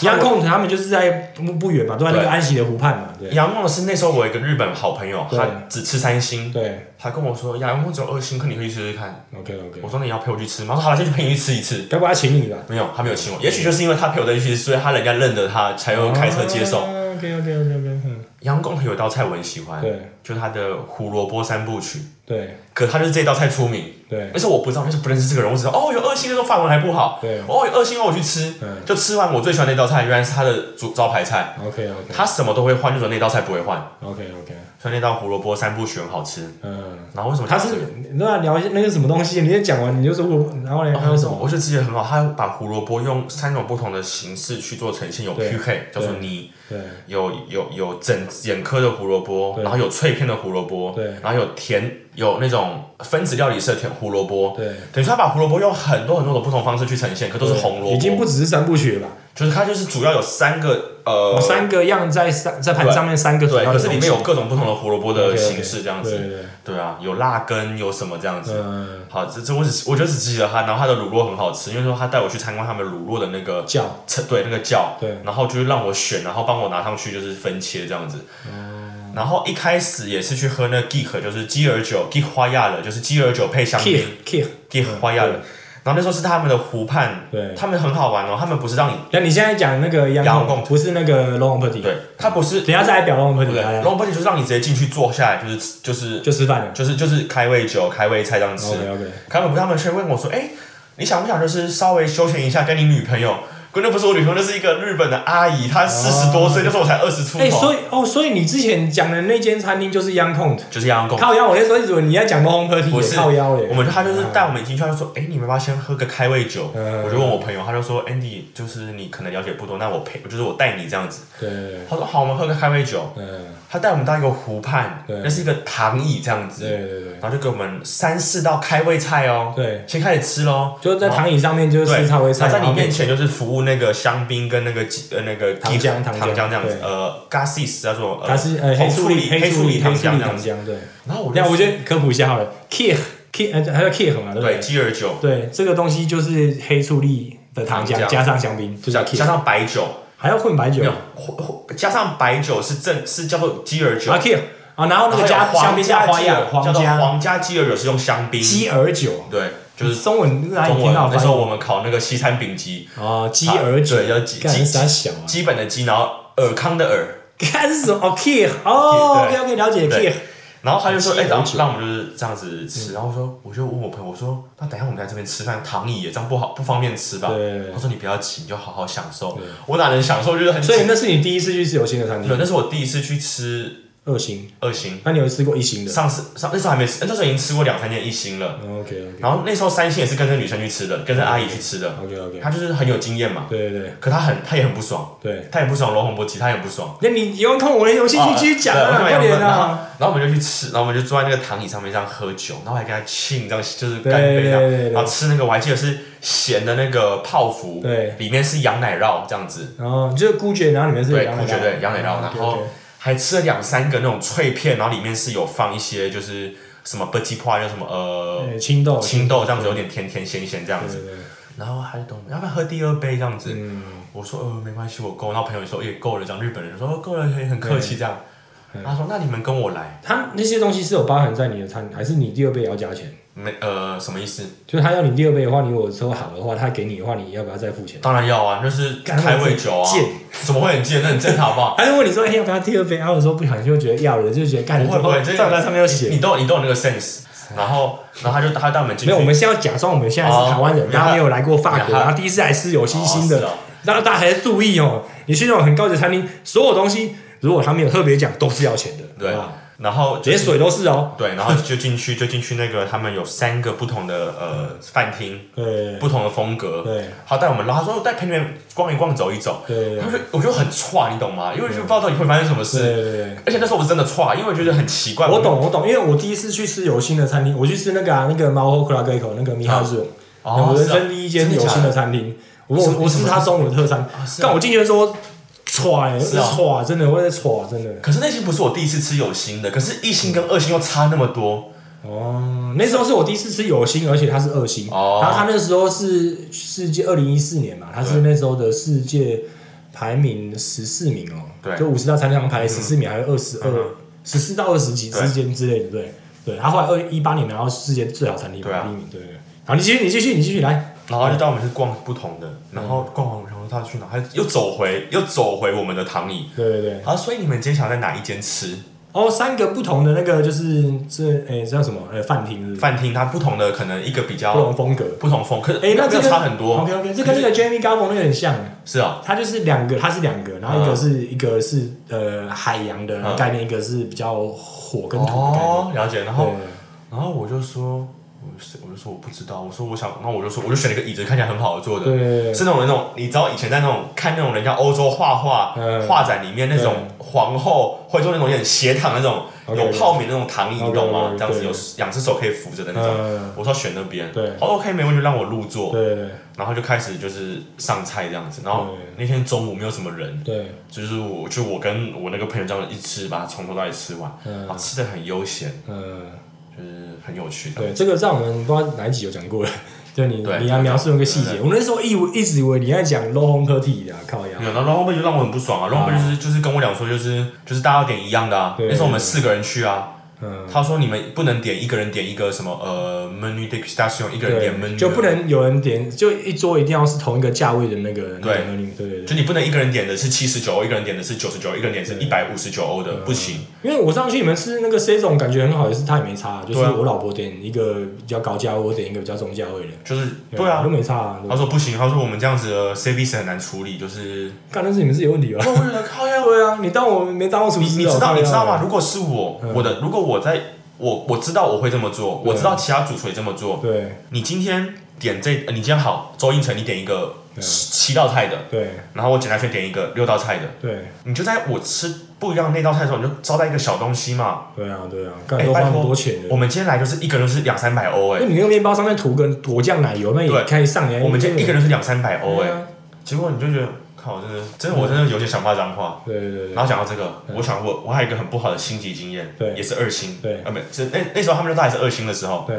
S1: 阳控他们就是在不不远嘛，都在那个
S2: 对
S1: 安息的湖畔嘛，对
S2: 杨公的是那时候我有一个日本好朋友，
S1: 对
S2: 他只吃三星，
S1: 对
S2: 他跟我说杨公只有二星，可你可以试试看。
S1: ，OK OK，
S2: 我说你要陪我去吃吗？他说好了，先去陪你去吃一次。
S1: 该不会他请你吧？
S2: 没有，他没有请我。也许就是因为他陪我再去吃，所以他人家认得他，才会开车接
S1: 哦
S2: 送。
S1: OK OK OK OK，嗯，
S2: 杨公有一道菜我很喜欢，
S1: 对
S2: 就他的胡萝卜三部曲，
S1: 对
S2: 可他就是这道菜出名。
S1: 对
S2: 但是我不知道，就是不认识这个人，我只知道哦有二星，那时候法文还不好，
S1: 对
S2: 哦有二星，哦我去吃
S1: 嗯，
S2: 就吃完我最喜欢那道菜，原来是他的主招牌菜，
S1: ，OK OK
S2: 他什么都会换，就只有那道菜不会换，
S1: OK OK，
S2: 所以那道胡萝卜三部曲很好吃。
S1: 嗯，
S2: 然后为什么
S1: 他是那聊一些那个什么东西，你先讲完你就说我，然后呢还有什
S2: 什么？
S1: 么？
S2: 我就直接很好，他把胡萝卜用三种不同的形式去做呈现，有
S1: 对
S2: QK 叫做
S1: 对
S2: 泥，
S1: 对
S2: 有有有整整颗的胡萝卜，
S1: 对
S2: 然后有脆片的胡萝卜，
S1: 对
S2: 然后有甜有那种分子料理式的甜胡萝卜，
S1: 对，
S2: 等于说他把胡萝卜用很多很多的不同方式去呈现，可都是红萝卜，
S1: 已经不只是三部曲了吧？
S2: 就是它就是主要有三个呃
S1: 有，哦三个样在三在盘上面三个主
S2: 对，
S1: 要
S2: 可
S1: 的
S2: 是
S1: 东
S2: 里
S1: 西
S2: 面有各种不同的胡萝卜的
S1: OK，OK，
S2: 形式这样子，
S1: 对对对，
S2: 对啊，有辣根，有什么这样子。
S1: 嗯，
S2: 好，这这我只我就只记得它，然后它的乳酪很好吃，因为说他带我去参观他们乳酪的那个
S1: 叫
S2: 称对那个窖，
S1: 对
S2: 然后就是让我选，然后帮我拿上去就是分切这样子。
S1: 哦
S2: 然后一开始也是去喝那 geek，就是鸡儿酒，geek 花亚了，就是鸡儿酒配香
S1: kick
S2: 槟
S1: kick，
S2: ，geek 花亚
S1: 对
S2: 了。然后那时候是他们的湖畔，
S1: 对
S2: 他们很好玩哦，他们不是让你
S1: 那你现在讲那个阳
S2: 洋
S1: 控
S2: 控
S1: 不是那个 long p a r t y
S2: 对，他不是
S1: 等一下再来表 long p a r
S2: 对
S1: t
S2: 不
S1: y
S2: 对？
S1: 来
S2: 然
S1: 来
S2: 后不就是让你直接进去坐下来，就是吃就是
S1: 就吃饭了。
S2: 就是就是开胃酒、开胃菜这样吃。
S1: OK OK，
S2: 他们他们却问我说：“哎、你想不想就是稍微休闲一下，跟你女朋友？”根本不是我女朋友，那是一个日本的阿姨，她四十多岁，那时候我才二十出头，
S1: 哎、所以哦，所以你之前讲的那间餐厅就是 Young Cont，
S2: 就是洋贡。
S1: 靠腰，我那时候一直以为你要讲 Long p a r t
S2: 不
S1: y
S2: 是
S1: 靠腰嘞。
S2: 我们就他就是
S1: 啊
S2: 带我们进去，他就说：“哎、你们要不要先喝个开胃酒？”
S1: 嗯
S2: 我就问我朋友，他就说：“Andy，就是你可能了解不多，那我陪，就是我带你这样子。
S1: 对对，对”
S2: 他说：“好，我们喝个开胃酒。
S1: 嗯，”
S2: 他带我们到一个湖畔，
S1: 对
S2: 那是一个躺椅这样子，
S1: 对对对
S2: 然后就给我们三四道开胃菜哦，
S1: 对，
S2: 先开始吃喽，
S1: 就是在躺椅上面就是吃
S2: 对
S1: 超微菜，
S2: 哦他在你
S1: 然后
S2: 面前就是服务那个香槟跟那个鸡呃那个
S1: 糖
S2: 鸡
S1: 浆糖
S2: 糖
S1: 浆
S2: 浆这样子
S1: 对，
S2: 呃 g a s i s 叫做
S1: 它是呃
S2: 红
S1: 黑醋
S2: 哦栗
S1: 栗
S2: 黑
S1: 醋
S2: 栗
S1: 栗
S2: 糖
S1: 醋
S2: 浆
S1: 栗
S2: 这样
S1: 糖
S2: 子。
S1: 浆对。
S2: 然后我就
S1: 那我觉得科普一下好了，Kih Kih 呃还有 Kih 嘛，对不
S2: 对
S1: 对？
S2: 鸡尾酒
S1: 对，这个东西就是黑醋栗的糖
S2: 糖
S1: 浆
S2: 浆
S1: 加上香槟，就叫
S2: 加
S1: Kih，
S2: 加上白酒，
S1: 还要混白酒啊
S2: 没有，或或加上白酒是正是叫做鸡尾酒
S1: 啊，Kih 啊，然后那
S2: 然后
S1: 个
S2: 有
S1: 加香
S2: 皇
S1: 槟加
S2: 家
S1: 花
S2: 鸡
S1: 样
S2: 尾叫
S1: 皇
S2: 做
S1: 家
S2: 皇家鸡尾酒是用香槟，
S1: 鸡儿酒，
S2: 对，就是
S1: 中文哪里
S2: 中
S1: 听
S2: 文
S1: 到
S2: 那
S1: 翻
S2: 时
S1: 译
S2: 候？我们考那个西餐丙级，
S1: 哦，鸡儿酒，
S2: 对叫鸡
S1: 干
S2: 鸡
S1: 啥小啊？
S2: 基本的鸡，然后尔康的尔，
S1: 干什么？哦，Kir，哦
S2: 对
S1: ，OK OK，了解
S2: 对
S1: Kir，
S2: 然后他就说：“
S1: 鸡
S2: 哎、
S1: 尾
S2: 让
S1: 酒
S2: 让我们就是这样子吃。
S1: 嗯
S2: 然后我说：“我就问我朋友，我说：“那等一下我们在这边吃饭，躺椅耶这样不好不方便吃吧？”
S1: 对
S2: 他说：“你不要急，你就好好享受
S1: 对。”
S2: 我哪能享受？就是很
S1: 所以
S2: 紧
S1: 那是你第一次去吃有星的餐
S2: 对，
S1: 厅，
S2: 那是我第一次去吃
S1: 二星。
S2: 二星，
S1: 那你有吃过一星的哦
S2: 上次上那时候还没吃，那时候已经吃过两三间一星了。
S1: ？OK
S2: 然后那时候三星也是跟着女生去吃
S1: 嗯
S2: 的，跟着阿姨去吃的，
S1: OK OK，
S2: 她就是很有经验嘛。
S1: 对对对
S2: 可她很，她也很不爽，
S1: 对。
S2: 她也不爽罗洪波奇，她也不爽。
S1: 那你有空我也有兴趣继续讲
S2: 对
S1: 啊，
S2: 我就
S1: 快点
S2: 然后
S1: 啊！
S2: 然后我们就去吃，然后我们就坐在那个躺椅上面这样喝酒，然后还跟她庆这样，就是
S1: 对
S2: 干杯这
S1: 对对对
S2: 样，然后吃那个我还记得是咸的那个泡芙，
S1: 对
S2: 里面是羊奶酪这样子，
S1: 然后哦就是孤绝，然后里面是
S2: 对，
S1: 羊
S2: 我
S1: 奶酪
S2: 觉得羊奶酪，然
S1: OK，OK
S2: 后还吃了两三个那种脆片，然后里面是有放一些就是什么 b e t t 叫什么呃
S1: 呃青豆
S2: 青豆这样子，有点甜甜咸咸这样
S1: 对
S2: 子，
S1: 对对，
S2: 然后还懂要不要喝第二杯这样子，
S1: 嗯，
S2: 我说呃没关系，我够。然后朋友说也够了，这样日本人说哦够了，很很客气这样。他说那你们跟我来，
S1: 它那些东西是有包含在你的餐，还是你第二杯也要加钱？
S2: 没呃什么意思？
S1: 就是他要你第二杯的话，你如果说好的话，他给你的话，你要不要再付钱？
S2: 当然要啊，就是
S1: 干
S2: 开胃酒啊
S1: 贱，
S2: 怎么会很贱？那很正常好不好？
S1: 他就问你说：“哎、要不要第二杯？”然后我说：“不小心就觉得要了，就觉 得干
S2: 不会不会，这
S1: 这
S2: 个
S1: 账单上面有
S2: 你
S1: 写。
S2: 你都有你都有那个 sense。然后然后他就他带我们”进
S1: 没有，我
S2: 去，
S1: 们现在假装我们现在是台湾人，
S2: 哦
S1: 大家没有来过法国，
S2: 没有
S1: 然后第一次来吃有星星
S2: 哦是
S1: 的
S2: 哦，
S1: 然后大家还是注意哦，你去那种很高级的餐厅，所有东西如果他没有特别讲，都是要钱的，
S2: 对
S1: 好不好，
S2: 然后就
S1: 连水都是哦。
S2: 对，然后就进去就进去那个他们有三个不同的呃饭厅，
S1: 对
S2: 不同的风格。
S1: 对
S2: 他带我们，然后他说带陪你们逛一逛走一走。
S1: 对
S2: 他说我就很歘，你懂吗？因为就不知道到底会发生什么
S1: 对
S2: 事。
S1: 对，
S2: 而且那时候我真的错，因为我觉得很奇怪。
S1: 我懂我懂，因为我第一次去吃有星的餐厅，我去吃那个啊那个猫和克拉格口那个米哈润，
S2: 哦
S1: 我人
S2: 是啊
S1: 生第一间
S2: 真
S1: 有
S2: 的假
S1: 星
S2: 的
S1: 的餐厅，我
S2: 什么
S1: 我我是他中午的特餐
S2: 啊，是啊
S1: 但我进去的时候，歘欸，
S2: 是啊
S1: 歘，真的我在歘，真的。
S2: 可是那些不是我第一次吃有心的，可是一星跟二星又差那么多。
S1: 哦，那时候是我第一次吃有星，而且它是二星。
S2: 哦
S1: 然后它那时候是世界二零一四年嘛，它是那时候的世界排名十四名哦。
S2: 对嗯
S1: 就五十大餐厅排十四名，还有二十二、十四到二十几之间之类的，对对。他后来二一八年拿到世界最好餐厅
S2: 对啊
S1: 第一名，对对。对好，你继续，你继续，你继续来。
S2: 然后他就带我们去逛不同
S1: 嗯
S2: 的，然后逛完我想说他去哪，他又走回又走回我们的躺椅。
S1: 对对对。
S2: 啊，所以你们今天想在哪一间吃
S1: 哦，三个不同的那个就是这诶叫什么诶饭厅是不是
S2: 饭厅？它不同的可能一个比
S1: 不
S2: 较
S1: 同风格。
S2: 不同风，可是
S1: 诶，那这
S2: 没有
S1: 个
S2: 差很多。
S1: OK OK，这跟那个 Jamie Garbo 那个很像。
S2: 是啊，
S1: 它就是两个，它是两个，然后一个是、一个是呃海洋的
S2: 嗯
S1: 概念，一个是比较火跟土的概念。
S2: 哦，了解。
S1: 对
S2: 然后然后我就说，我是我就说我不知道，我说我想，那我就说我就选了一个椅子，看起来很好坐的，
S1: 对
S2: 是那种那种，你知哦道以前在那种看那种人家欧洲画画、
S1: 嗯
S2: 画展里面那种皇后会做那种有点斜躺那种
S1: OK，
S2: 有泡棉那种躺椅，
S1: OK，
S2: 你懂吗
S1: OK，？
S2: 这样子
S1: 对
S2: 有两只手可以扶着的那种。
S1: 嗯，
S2: 我说选那边，
S1: 对
S2: 哦 OK 没问题，让我入座，
S1: 对对
S2: 然后就开始就是上菜这样子，然后那天中午没有什么人，
S1: 对，
S2: 就是我就我跟我那个朋友这样一吃，把它从头到尾吃完，然后
S1: 嗯
S2: 吃的很悠闲，
S1: 嗯，
S2: 就是很有趣的。
S1: 对，这个在我们不知道哪一集有讲过了。 就你
S2: 对
S1: 你来描述那个细节，我那时候以为一直以为你在讲 low home 课题的，靠呀
S2: 没，有，然后然后后面就让我很不爽啊，然后后面就是就是跟我讲说，就是就是大家要点一样的啊。
S1: 嗯对
S2: 那时候我们四个人去啊，
S1: 嗯，
S2: 他说你们不能点一个人点一个什么呃 menu degustation，一个人点 menu，
S1: 对，就不，能有人点，就一桌一定要是同一个价位的那个那
S2: 对
S1: 个 menu，对对对。
S2: 就你不能一个人点的是七十九欧，一个人点的是九十九，一个人点是一百五十九欧的，
S1: 嗯
S2: 不行。
S1: 因为我上去你们吃那个 C 种感觉很好，也是他也没差，就是
S2: 对啊
S1: 我老婆点一个比较高价位，我点一个比较中价位的。
S2: 就是对啊
S1: 都，没差、啊。对
S2: 他说不行，他说我们这样子的 service 很难处理，就是？
S1: 干，那是你们自己的问题吧
S2: 我靠呀，
S1: 对啊，你当我没当过厨
S2: 你
S1: 师哦、
S2: 你知道
S1: 靠
S2: 你
S1: 腰
S2: 知道吗？
S1: 啊？
S2: 如果是我我的，如果我在我我知道我会这么做，我
S1: 嗯
S2: 知道其他主厨也这么做，
S1: 对
S2: 你今天点这，呃你今天好，周应成你点一个
S1: 对啊
S2: 七道菜的，
S1: 对
S2: 然后我简单轩点一个六道菜的，
S1: 对
S2: 你就在我吃不一样那道菜的时候，你就招待一个小东西嘛。
S1: 对啊对啊，
S2: 哎
S1: 干都花
S2: 拜
S1: 那
S2: 托
S1: 么多钱
S2: 我
S1: 的。
S2: 们今天来就是一个人是两三百欧
S1: 那
S2: 哎，
S1: 你那个面包上面涂个果酱奶油，那也
S2: 对
S1: 可以上来。
S2: 我们今天一个
S1: 人
S2: 人是两三百欧哎，
S1: 啊，
S2: 结果你就觉得靠，真的真的我真的有点想骂脏话。
S1: 对对对
S2: 然后讲到这个，我想过我还有一个很不好的星级经验，
S1: 对
S2: 也是二星，
S1: 对
S2: 啊没有是那那时候他们都还是二星的时候，
S1: 对。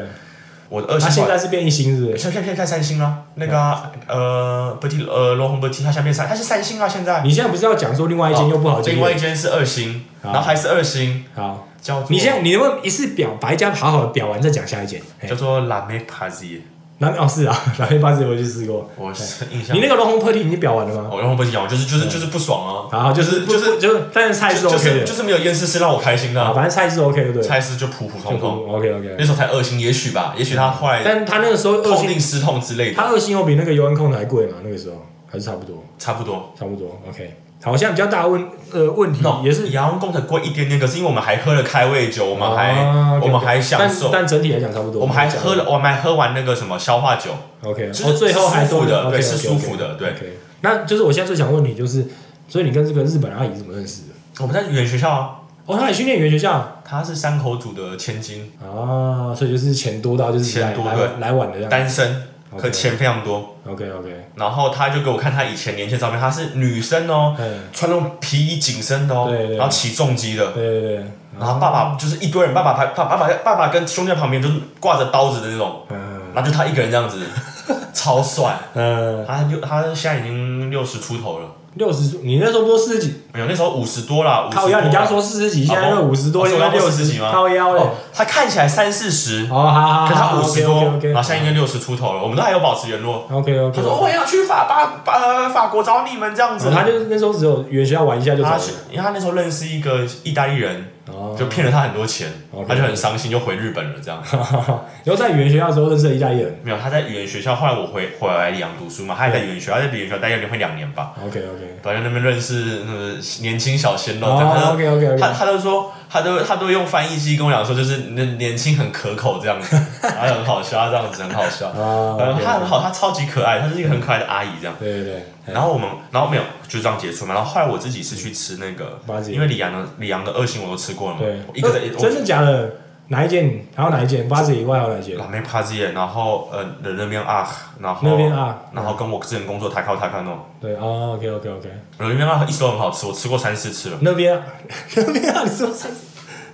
S2: 我的二
S1: 他
S2: 星
S1: 现在是变一星是不是？
S2: 现在现在看三星啦，那个啊呃不提呃罗红不提，它下面三它是三星啊，现在
S1: 你现在不是要讲说另外一间又不好经
S2: 另外
S1: 验？
S2: 一间是二星，
S1: 好
S2: 然后还是二星，
S1: 好，
S2: 叫做
S1: 你现在你能不能一次表白一家好好的表完再讲下一间？哎
S2: 叫做 La m e p a z i
S1: 南哦是啊， 南非巴士我有去试过。
S2: 我是印象
S1: 你那个龙虹 party 已经表完了吗？
S2: 我然后不是讲，就是就是就是不爽啊，
S1: 然后就是
S2: 就是
S1: 不就是，但是菜是
S2: 就
S1: OK
S2: 是就
S1: 的，
S2: 是没有一件事是让我开心的
S1: 啊，
S2: 啊，
S1: 反正菜是 OK 的，对。
S2: 菜是就普普通通，
S1: OK
S2: 那
S1: OK，
S2: 时候才恶心，也许吧，也许他后来
S1: 但他那个时候二
S2: 痛
S1: 星，
S2: 定思痛之类的，
S1: 他二星又比那个尤安控的还贵嘛？那个时候还是差不多，
S2: 差不多。
S1: 差不多 OK。好，现在比较大的问呃问题
S2: no，
S1: 也是
S2: 阳光工程贵一点点，可是因为我们还喝了开胃哦酒，我
S1: 我
S2: 们还、我们还享受，
S1: 啊但但整体来讲差不多。
S2: 我们还喝了，我们还喝完那个什么消化酒，
S1: OK，
S2: 是
S1: 哦，最后还
S2: 舒
S1: 都
S2: 服的
S1: 有
S2: 对
S1: OK，
S2: 是
S1: OK，
S2: 舒服
S1: OK，
S2: 的对
S1: OK，那就是我现在最想问你，就是所以你跟这个日本阿姨怎么认识的？
S2: 我们在语言学校啊，
S1: 哦，她也去念语言学校
S2: 他是山口组的千金，
S1: 啊，所以就是钱多到就是来
S2: 钱多
S1: 来
S2: 对
S1: 来晚的这样。
S2: 单身，可
S1: OK
S2: 钱非常多。
S1: OK OK，
S2: 然后他就给我看他以前年轻的照片，她是女生哦，
S1: 嗯，
S2: 穿那种皮衣紧身的哦，
S1: 对哦对
S2: 然后起重机的，
S1: 对对对，
S2: 然后爸爸就是一堆人，爸爸还爸爸爸爸爸跟兄弟在旁边就是挂着刀子的那种，
S1: 嗯
S2: 然后就他一个人这样子，超帅。
S1: 嗯，
S2: 他就他现在已经六十出头了。
S1: 六十，你那时候不都四十几？
S2: 没有，那时候五十多啦，五十
S1: 靠
S2: 多啦。
S1: 腰，你刚刚说四十几，现
S2: 啊
S1: 在都
S2: 不
S1: 五十多，
S2: 啊是
S1: 应
S2: 我
S1: 该
S2: 刚刚
S1: 六
S2: 说
S1: 十
S2: 40几吗
S1: 靠腰嘞。
S2: 哦，他看起来三四十，
S1: 哦，好好，
S2: 可他五十多，
S1: OK
S2: 然后现在应该六十出头了。我们都还有保持联络。
S1: OK OK，
S2: 他说我也要去法巴巴呃法国找你们这样子。
S1: 他就是那时候只有语言学校玩一下就走
S2: 他
S1: 了
S2: 是，因为他那时候认识一个意大利人，
S1: 哦，
S2: 就骗了他很多钱
S1: OK，
S2: 他就很伤心，就回日本了这样。
S1: 然后在语言学校的时候认识了意大利人。
S2: 没有，他在语言学校，后来我回回来里昂读书嘛，他也在语言学校，他在语言学校待了快两年吧。
S1: OK OK，
S2: 反正那边认识那个年轻小鲜肉，这样他
S1: 哦
S2: 就
S1: ，OK OK
S2: 他
S1: OK，
S2: 他都说，他都他都用翻译机跟我讲说，就是那年轻很可口这样 子，然后很好笑，他这样子很好笑。
S1: 啊
S2: 然后他
S1: OK，OK
S2: 很好，他超级可爱，他是一个很可爱的阿姨这样。
S1: 对对对，
S2: 然后我们，然后没有就这样结束嘛。然后后来我自己是去吃那个
S1: 巴，吉
S2: 因为李阳的李阳的二星我都吃过了嘛，
S1: 对
S2: 我一个在
S1: 呃真的假的？哪一间？还有哪一间？八子以外还有哪一间
S2: 我？拉面帕吉耶，然后呃那边啊，然后
S1: 那边啊，
S2: 然后跟我之前工作塔靠塔靠弄，
S1: 对哦 OK OK OK，
S2: 那边啊一直都很好吃，我吃过三四次了，
S1: 那边那边啊，你说是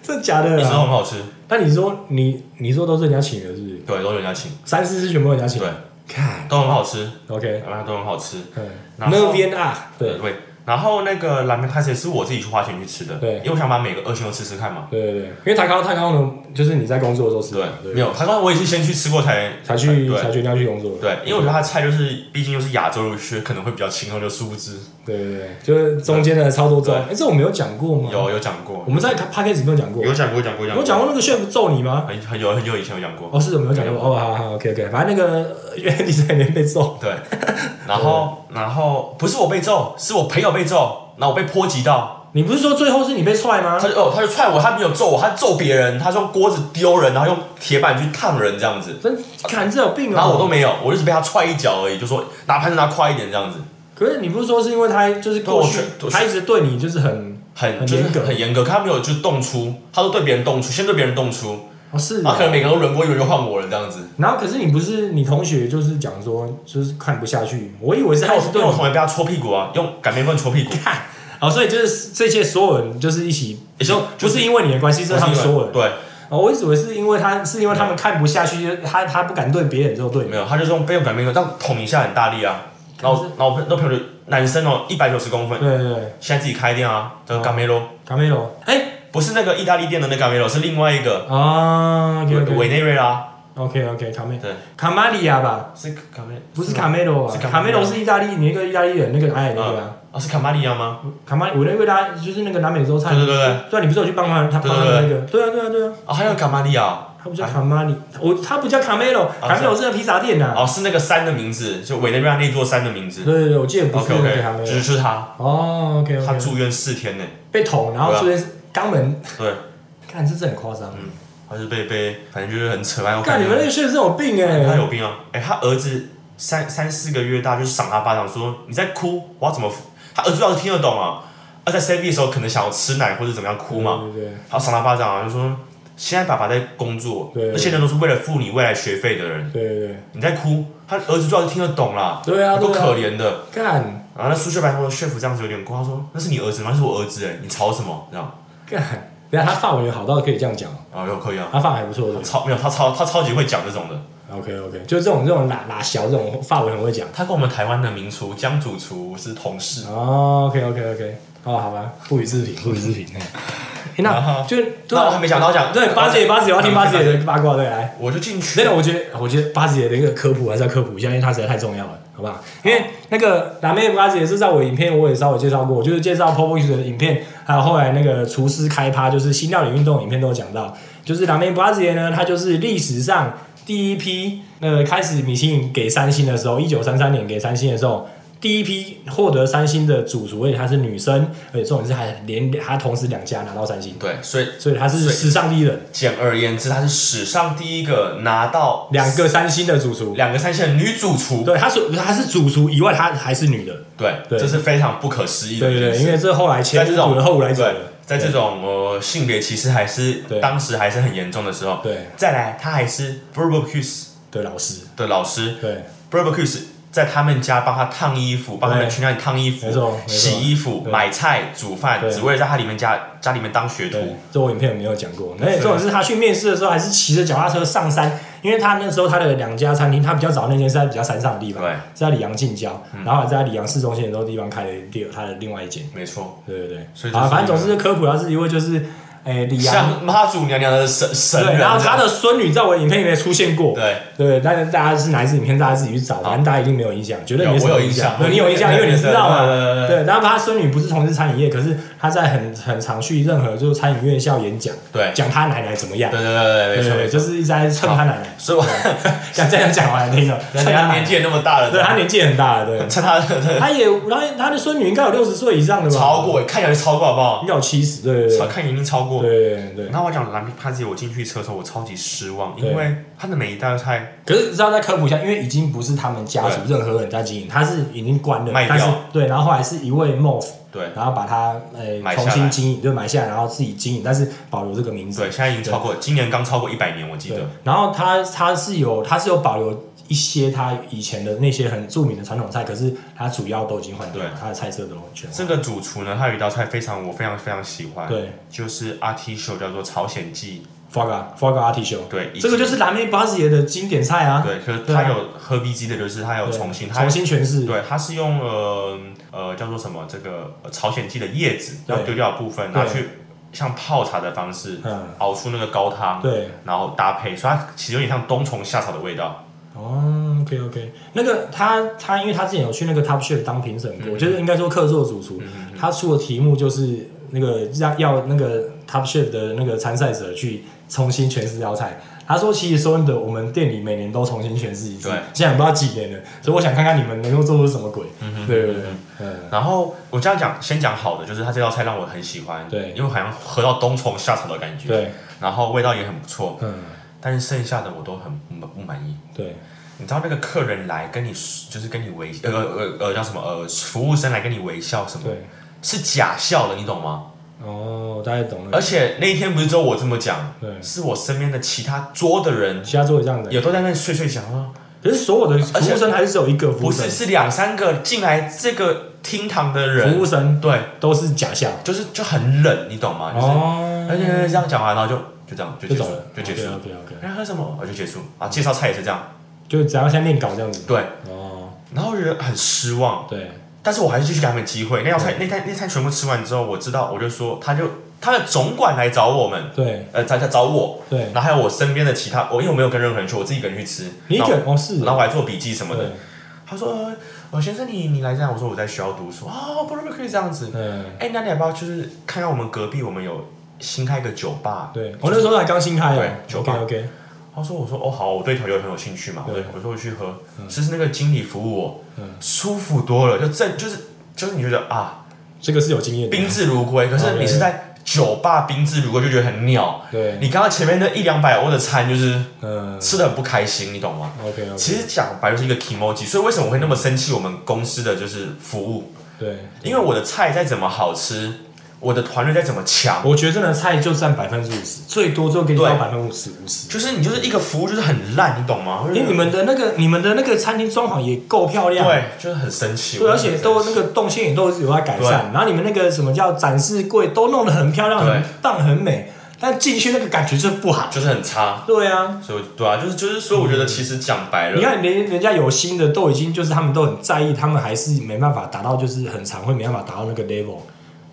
S1: 真的假的
S2: 一直都
S1: 啊？
S2: 很好吃，
S1: 那你说你你说都是人家请的，是不是？
S2: 对，都有人家请，
S1: 三四是全部人家请
S2: 对，
S1: 的，看
S2: 都很好吃，
S1: OK，
S2: 然后都很好吃。
S1: 嗯，
S2: 然后
S1: 那边啊，对
S2: 对然后那个蓝莓派也是我自己去花钱去吃的，
S1: 对
S2: 因为我想把每个二星都吃吃看嘛。
S1: 对对对，因为塔高塔高呢，就是你在工作的时候吃的，
S2: 没有，他刚刚我也是先去吃过才
S1: 才去
S2: 对
S1: 才决定要去工作的，
S2: 对，因为我觉得他的菜就是，毕竟又是亚洲留学，可能会比较轻松，就殊不知
S1: 对对对，就是中间的操作中，
S2: 对
S1: 哎，这我没有讲过吗？
S2: 有有讲过
S1: 我，们在 podcast 没有讲过，
S2: 有讲过，有讲过，有
S1: 我讲过那个 chef 揍你吗？
S2: 很很有很久以前有讲过，
S1: 哦，是有没有讲过？哦，好好，OK OK，反正那个呃原来你在里面被揍，
S2: 对，然后然后不是我被揍，是我朋友被揍，然后我被波及到，
S1: 你不是说最后是你被踹吗
S2: 他？就哦他就踹我，他没有揍我，他揍别人，他是用锅子丢人，然后用铁板去烫人这样子，
S1: 真看这有病啊！
S2: 然后我都没有，我就是被他踹一脚而已，就说拿盘子拿快一点这样子。
S1: 可是你不是说是因为他就是过去
S2: 对我觉得
S1: 他一直对你就是很
S2: 很
S1: 很
S2: 就是
S1: 严格
S2: 很严格，他没有就动粗，他都对别人动粗，先对别人动粗，
S1: 哦是
S2: 然后
S1: 啊
S2: 可，能每个人都轮过一轮就换我了这样子。
S1: 然后可是你不是你同学就是讲说就是看不下去，我以为哦是
S2: 然后
S1: 他一
S2: 我
S1: 直
S2: 因
S1: 对
S2: 为我
S1: 你
S2: 同学被他戳屁股啊，用擀面棍戳屁股，
S1: 看，哦，所以就是这些所有人就是一起，
S2: 也就
S1: 不是因为你的关系，是他们所有人。
S2: 对，
S1: 哦，我一直以为是因为他是因为他们看不下去，他他不敢对别人就对你。
S2: 没有，他就是用被用擀面棍这样捅一下很大力啊。然后然后我那朋友就男生哦，一百九十公分，
S1: 对对对，
S2: 现在自己开店啊，叫
S1: 哦
S2: 干梅罗，
S1: 卡梅罗，哎，
S2: 不是那个意大利店的那干梅罗，是另外一个
S1: 啊
S2: 委
S1: ，OK
S2: 委内瑞拉，
S1: OK OK，卡梅
S2: 对，
S1: 卡玛利亚吧，
S2: 是卡梅，
S1: 不是卡梅罗啊，
S2: 是卡
S1: 卡
S2: 玛利亚
S1: 梅罗是意大利，你那个意大利人那个哎那个啊，
S2: 啊，啊是卡玛利亚吗？
S1: 卡玛，我那个他就是那个南美洲菜
S2: 对，对对对，
S1: 嗯对啊，你不是有去帮他他帮他那个，对啊对啊对啊，
S2: 啊还有卡玛利亚，
S1: 他不叫卡玛利，我他不叫卡梅罗，
S2: 啊
S1: 卡梅罗是个披萨店呐，
S2: 哦是那个山的名字，就委内瑞拉那座山的名字
S1: 对。对对，我记得不是
S2: OK
S1: 那个卡梅
S2: OK，
S1: 罗
S2: 就。是就是他，
S1: 哦，OK
S2: 他
S1: OK，
S2: 住院四天呢，
S1: 被捅，然后住院肛门，
S2: 对，
S1: 看这真的很夸
S2: 嗯
S1: 张。
S2: 他是被被，反正就是很扯淡。我
S1: 看你们那个确实有病哎、
S2: 他有病啊！哎，他儿子三三四个月大，就是赏他巴掌说你在哭，我要怎么扶？他儿子要是听得懂啊，他在 C V 的时候可能想要吃奶或者怎么样哭嘛，
S1: 对对
S2: 他赏他巴掌啊，就说现在爸爸在工作，
S1: 对
S2: 那些人都是为了付你未来学费的人，
S1: 对对
S2: 你在哭，他儿子最好是听得懂啦，
S1: 对啊
S2: 有够
S1: 对啊
S2: 可怜的。
S1: 对，干
S2: 然后那苏学白说 chef 这样子有点过，他说那是你儿子吗？那是我儿子哎，你吵什么？这样，
S1: 干，人家他法文也好到可以这样讲，哦
S2: 然后又可以啊。
S1: 他法文还不错
S2: 他
S1: 的。
S2: 超没有，他超他超级会讲这种的。
S1: OK OK，就这种这种拉拉小这种法文很会讲。
S2: 他跟我们台湾的名厨江主厨是同事，
S1: 哦，OK OK OK，哦，好吧，不予置评，不予置评。嘿诶那就对
S2: 啊那我还
S1: 啊，
S2: 没讲到讲，
S1: 对八姐八姐，我要听 八姐
S2: 嗯，
S1: 的八卦，对来。
S2: 我就进去
S1: 真，的，我觉得，我觉得八姐的那个科普还是要科普一下，因为它实在太重要了，好不好？因为那个辣妹八姐是在我影片我也稍微介绍过，我就是介绍 Popo 的影片，还有后来那个厨师开趴，就是新料理运动影片都有讲到，就是辣妹八姐呢，它就是历史上第一批，呃，开始米其林给三星的时候，一九三三年给三星的时候。第一批获得三星的主厨，而且她是女生，而且重点是还连她同时两家拿到三星，
S2: 对，所以
S1: 所以她是
S2: 所以
S1: 史上第一人，
S2: 简而言之，她是史上第一个拿到
S1: 两个三星的主厨。
S2: 两个三线的女主厨，
S1: 对，她是她是主厨以外，她还是女的。
S2: 对，
S1: 对
S2: 这是非常不可思议的一
S1: 对
S2: 件
S1: 对
S2: 事。
S1: 对，因为这后来前
S2: 在
S1: 无主
S2: 这种
S1: 的后无来者
S2: 对
S1: 了。，
S2: 在这种呃性别歧视还是
S1: 对
S2: 当时还是很严重的时候，
S1: 对
S2: 再来他还是 Burberry
S1: 对老师，
S2: 的老师
S1: 对
S2: ，Burberry 在他们家帮他烫衣服，帮他们
S1: 对
S2: 全家人烫衣服
S1: 没错没、错
S2: 洗衣服、
S1: 对
S2: 买菜、煮饭，
S1: 对
S2: 只为了在他里面家家里面当学
S1: 对
S2: 徒。，
S1: 这我影片有没有讲过？而且重点是他去面试的时候还是骑着脚踏车上山，因为他那时候他的两家餐厅，他比较早那间是在比较山上的地方，
S2: 对
S1: 是在里昂近郊，然后还在里昂市中心的时候地方开了第二他的另外一间。
S2: 没错，
S1: 对对对，
S2: 所以这
S1: 啊，
S2: 是
S1: 反正
S2: 一
S1: 总
S2: 个
S1: 之科普他是一位就是，哎，里昂。
S2: 像妈祖娘娘的神神
S1: 对，
S2: 人，啊
S1: 然后他的孙女在我影片里面出现过，
S2: 对
S1: 对，但是大家是哪一支影片，大家自己去找，反正大家一定没有印象，绝对
S2: 有
S1: 没什
S2: 我
S1: 么
S2: 有印
S1: 象。
S2: 象
S1: 对，你有印象，因
S2: 对
S1: 为你知道嘛。
S2: 对对对对
S1: 对，然后他孙女不是从事餐饮业，可是他在很很常去任何就是餐饮院校演讲，
S2: 对
S1: 讲他奶奶怎么样。
S2: 对对对对，没错
S1: 对，
S2: 没
S1: 就
S2: 错。
S1: 是一直在蹭他奶奶，
S2: 所以我，
S1: 讲这样讲完听了，蹭
S2: 人
S1: 他
S2: 家
S1: 奶
S2: 年
S1: 奶。
S2: 纪也那么大了，
S1: 对他年纪很大了，对，
S2: 趁他的
S1: 他也，然后他的孙女应该有六十岁以上的吧，
S2: 超，过，看起来就超过好不好
S1: 应？该有七十，对对
S2: 超
S1: 对
S2: 看眼睛超过，
S1: 对对对。
S2: 然后我讲蓝皮帕吉，我进去吃的时候，我超级失望，
S1: 对
S2: 因为它的每一道菜
S1: 可是你知道再科普一下，因为已经不是他们家族任何人在经营，他是已经关了，
S2: 卖掉
S1: 但是对，然后后来是一位 MOF，
S2: 对
S1: 然后把它呃
S2: 买
S1: 重
S2: 下
S1: 新
S2: 来
S1: 经营，就买下来，然后自己经营，但是保留这个名字
S2: 对，。现在已经超过，今年刚超过一百年，我记
S1: 对
S2: 得。，
S1: 然后他他是有他是有保留一些他以前的那些很著名的传统菜，可是他主要都已经换掉了
S2: 对，
S1: 他的菜色都全换
S2: 这个主厨呢，他有一道菜非常我非常非常喜欢，
S1: 对，
S2: 就是阿 T 秀叫做朝鲜蓟，
S1: Foga Foga a r t i s h o
S2: 对，以及
S1: 这个就是蓝莓巴士爷的经典菜啊，
S2: 对，可是
S1: 对啊
S2: 他有喝 B G 的，就是他有
S1: 对
S2: 重新，他
S1: 重新诠释，
S2: 对，他是用呃呃叫做什么这个呃朝鲜蓟的叶子
S1: 对
S2: 要丢掉的部分，
S1: 对
S2: 拿去像泡茶的方式
S1: 嗯
S2: 熬出那个高汤，
S1: 对，
S2: 然后搭配，所以它其实有点像冬虫夏草的味道，
S1: 哦，OK OK，那个他他因为他之前有去那个 Top Chef 当评审
S2: 嗯
S1: 过，就是应该说客座主厨，他出的题目就是那个让要那个 Top Chef 的那个参赛者去重新诠释道菜。他说：“其实说真的，我们店里每年都重新诠释一次
S2: 对，
S1: 现在不知道几年了，所以我想看看你们能够做出什么鬼。
S2: 嗯
S1: 对对对，嗯，
S2: 然后我这样讲，先讲好的，就是它这道菜让我很喜欢，
S1: 对
S2: 因为好像喝到冬虫夏草的感觉，，
S1: 对，
S2: 然后味道也很不错，
S1: 嗯，
S2: 但是剩下的我都很不不满意。
S1: 对，嗯
S2: 你知道那个客人来跟你就是跟你微呃呃呃叫什么呃服务生来跟你微笑什么，
S1: 嗯对，
S2: 是假笑的，你懂吗？
S1: 哦，大概懂了
S2: 而。且那一天不是只有我这么讲，
S1: 对
S2: 是我身边的其他桌的人
S1: 其他做的这样子，
S2: 也都在那碎碎讲啊，
S1: 可是所有的服务生还是只有一个服务
S2: 不
S1: 生
S2: 是，是两三个进来这个厅堂的
S1: 服
S2: 人，
S1: 务生
S2: 对，
S1: 都是假笑。
S2: 就是就很冷，你懂吗？就是
S1: 哦
S2: 而且这样讲完，然后就就这样就
S1: 就
S2: 结
S1: 走
S2: 束
S1: 了，
S2: 就结束。
S1: OK OK，
S2: 然后喝什么？我就结束啊！介绍菜也是这样，
S1: 就只要像念稿这样子。
S2: 对。
S1: 哦，
S2: 然后我觉得很失望，
S1: 对，
S2: 但是我还是继续给他们机会。那道菜，那菜，那菜全部吃完之后，我知道，我就说，他就他的总管来找我们，
S1: 对，
S2: 呃，他他找我，
S1: 对，
S2: 然后还有我身边的其他，我因为我没有跟任何人去，我自己一个人去吃，
S1: 你一
S2: 然
S1: 个
S2: 后
S1: 人哦是，
S2: 然后我还做笔记什么的。
S1: 对，
S2: 他说，呃呃，先生你你来这样，我说我在学校读书，哦，不不不可以这样子。
S1: 嗯，
S2: 哎，那你要不要就是看看我们隔壁我们有新开一个酒吧？
S1: 对，我那时候还刚新开
S2: 对
S1: 啊
S2: 酒
S1: ，OK
S2: 吧
S1: OK，
S2: 他说：“我说哦好，我对调酒很有兴趣嘛，我
S1: 对
S2: 我说我去喝，就是那个经理服务我，
S1: 嗯
S2: 舒服多了，就正就是就是你觉得啊
S1: 这个是有经验的，
S2: 宾至如归，可是
S1: OK
S2: 你是在酒吧宾至如归就觉得很鸟，
S1: 对，
S2: 你刚刚前面那一两百欧的餐就是
S1: 嗯
S2: 吃的很不开心，你懂吗？
S1: ，OK OK，
S2: 其实讲白就是一个 emoji，所以为什么我会那么生气我们公司的就是服务，
S1: 对，
S2: 因为我的菜再怎么好吃，我的团队再怎么强，
S1: 我觉得真的菜就占百分之五十，最多就给你
S2: 对
S1: 到百分之五十五十。
S2: 就是你就是一个服务就是很烂，你懂吗？
S1: 因为你们的那个你们的那个餐厅装潢也够漂亮，
S2: 对，就是很生气，
S1: 对，
S2: 我
S1: 而
S2: 就
S1: 且
S2: 很
S1: 都
S2: 生
S1: 那
S2: 气
S1: 个动线也都有在改善，然后你们那个什么叫展示柜都弄得很漂亮、
S2: 对
S1: 很棒、很美，但进去那个感觉就不好。
S2: 就是很差。”
S1: 对啊，
S2: 所以对啊，就是就是说，我觉得其实讲白了，
S1: 嗯你看连人家有心的都已经就是他们都很在意，他们还是没办法达到，就是很常会没办法达到那个 level。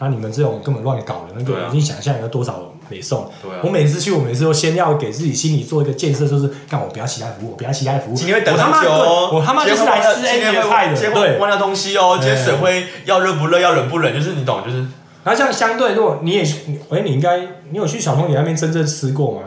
S1: 那你们这种根本乱搞的，那
S2: 对
S1: 个
S2: 啊
S1: 已经想象有多少美送。
S2: 对啊
S1: 我每次去，我每次都先要给自己心里做一个建设，就是干我不要其他服务，我不要其他服务。
S2: 今天会等
S1: 我他妈
S2: 很久哦，
S1: 对我他妈就是来吃 A
S2: 今天
S1: 你
S2: 会
S1: 的菜的，
S2: 今天
S1: 对
S2: 会。忘掉东西哦，今天水会要热不热，要冷不冷，就是你懂，就是
S1: 然后像相对，如果你也去，哎、你应该你有去小通姐那边真正吃过吗？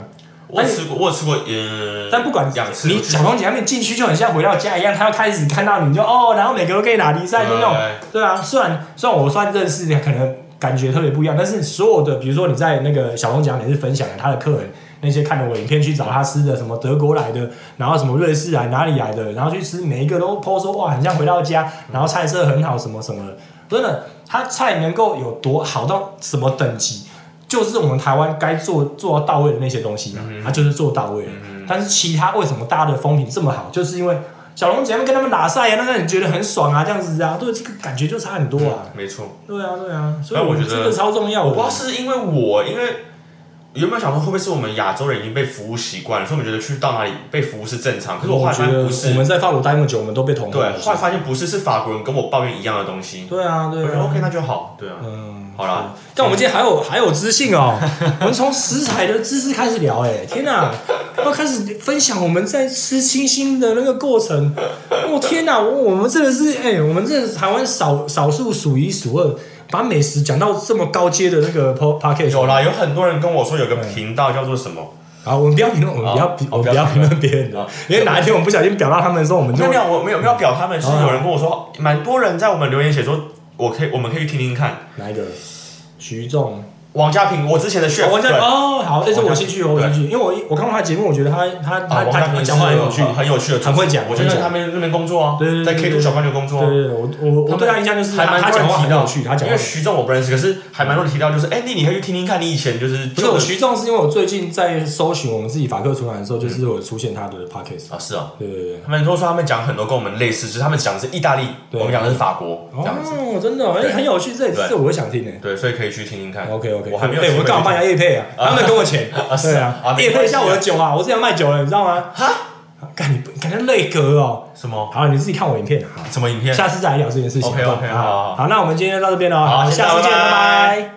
S2: 我
S1: 但
S2: 吃过，我有吃过，嗯，
S1: 哎但不管
S2: 两次，
S1: 你
S2: 我去
S1: 小
S2: 过
S1: 通姐那边进去就很像回到家一样，他要开始看到你就哦，然后每个都可以拿比赛，就那种对啊，虽然虽然我算认识，可能感觉特别不一样，但是所有的，比如说你在那个小红奖，你是分享了他的客人那些看了我影片去找他吃的，什么德国来的，然后什么瑞士来啊哪里来的，然后去吃，每一个都 po 说哇，很像回到家，然后菜色很好，什么什么的，真的，他菜能够有多好到什么等级？就是我们台湾该做做到到位的那些东西嘛，
S2: 嗯
S1: 他、就是做到位了。但是其他为什么大家的风评这么好，就是因为小龙姐妹跟他们打赛啊，那让你觉得很爽啊，这样子啊，对，这个感觉就差很多啊。
S2: 没错。
S1: 对啊，对啊，所以
S2: 嗯哎我觉得
S1: 这个超重要
S2: 我不知道
S1: 的。
S2: 是因为我，因为有没有想过会不会是我们亚洲人已经被服务习惯了，所以我们觉得去到哪里被服务是正常。可是我后来
S1: 觉
S2: 发
S1: 得
S2: 现不
S1: 我
S2: 是，
S1: 们在法国待那么久，我们都被同化
S2: 对，
S1: 了
S2: 后来发现不是，是法国人跟我抱怨一样的东西。
S1: 对啊，
S2: 我
S1: 对
S2: 觉得
S1: 啊。
S2: OK，那就好，对啊。
S1: 嗯，
S2: 好啦
S1: 是但我们今天还有
S2: 嗯
S1: 还有知性 哦，我们从食材的知识开始聊、哎，天哪、要开始分享我们在吃清新的那个过程。我、天哪、我我们真的是，哎、我们这台湾少少数数一数二，把美食讲到这么高阶的那个 po p o c k e t
S2: 有啦，有很多人跟我说有个频道叫做什么？
S1: 好，我们不要评论，我们不要评，
S2: 好
S1: 我们
S2: 不
S1: 不
S2: 要
S1: 要
S2: 评
S1: 评
S2: 论
S1: 论别人的
S2: 好，
S1: 因为哪一天我们不小心表到他们的时候，我们啊就
S2: 没有没有，我没有没有表他们，是有人跟我说，蛮多人在我们留言写说，我可以，我们可以听听看。
S1: 哪一个徐仲，
S2: 王家平，我之前的炫，
S1: 王家
S2: 对
S1: 哦，好，这是我
S2: 王家
S1: 兴趣，我
S2: 对
S1: 兴趣，因为我我看过他的节目，我觉得他他他
S2: 啊，王
S1: 他
S2: 家平
S1: 他
S2: 是
S1: 讲话很有趣，
S2: 很有趣的主持
S1: 很
S2: 人，
S1: 会讲
S2: 我就在他们那边工作啊
S1: 对对，对
S2: 在
S1: 对
S2: K
S1: 对
S2: two 小饭店工作
S1: 对
S2: 啊。
S1: 对对，我我我对他印象就是
S2: 还
S1: 他
S2: 蛮
S1: 他
S2: 多
S1: 讲
S2: 人
S1: 话
S2: 提
S1: 很
S2: 到
S1: 有趣，他讲
S2: 因
S1: 话
S2: 为
S1: 很有趣
S2: 徐仲我不认识，可是还蛮多人提到，就是哎，那你可以去听听看，你以前就是
S1: 不是我
S2: 就
S1: 徐仲是因为我最近在搜寻我们自己法克厨房的时候，就是有出现他的 podcast，
S2: 啊是啊，
S1: 对对对。
S2: 他们都说他们讲很多跟我们类似，就是他们讲的是意大利，
S1: 对
S2: 我们讲的是法国这样子，
S1: 哦，真的哦，哎，
S2: 对
S1: 很有趣，这也是
S2: 对
S1: 我会想听的。
S2: 对，所以可以去听听看。
S1: OK OK，
S2: 我还没有
S1: 哎，
S2: 机
S1: 我
S2: 会
S1: 们干嘛
S2: 去
S1: 帮人家叶配啊？他们给我钱，对
S2: 是啊
S1: 啊，
S2: 没
S1: 叶配一
S2: 关
S1: 下
S2: 系啊
S1: 我的酒啊，我之前要卖酒了，你知道吗？哈，干你不感觉内格哦。
S2: 什么
S1: 好，你自己看我影片啊，好
S2: 什么影片？
S1: 下次再来聊这件事情。
S2: OK，OK，
S1: 好不
S2: 好好好
S1: 好，好，那我们今天就到这边了，
S2: 好
S1: 好，
S2: 谢谢
S1: 下次见，
S2: 拜拜
S1: 拜拜。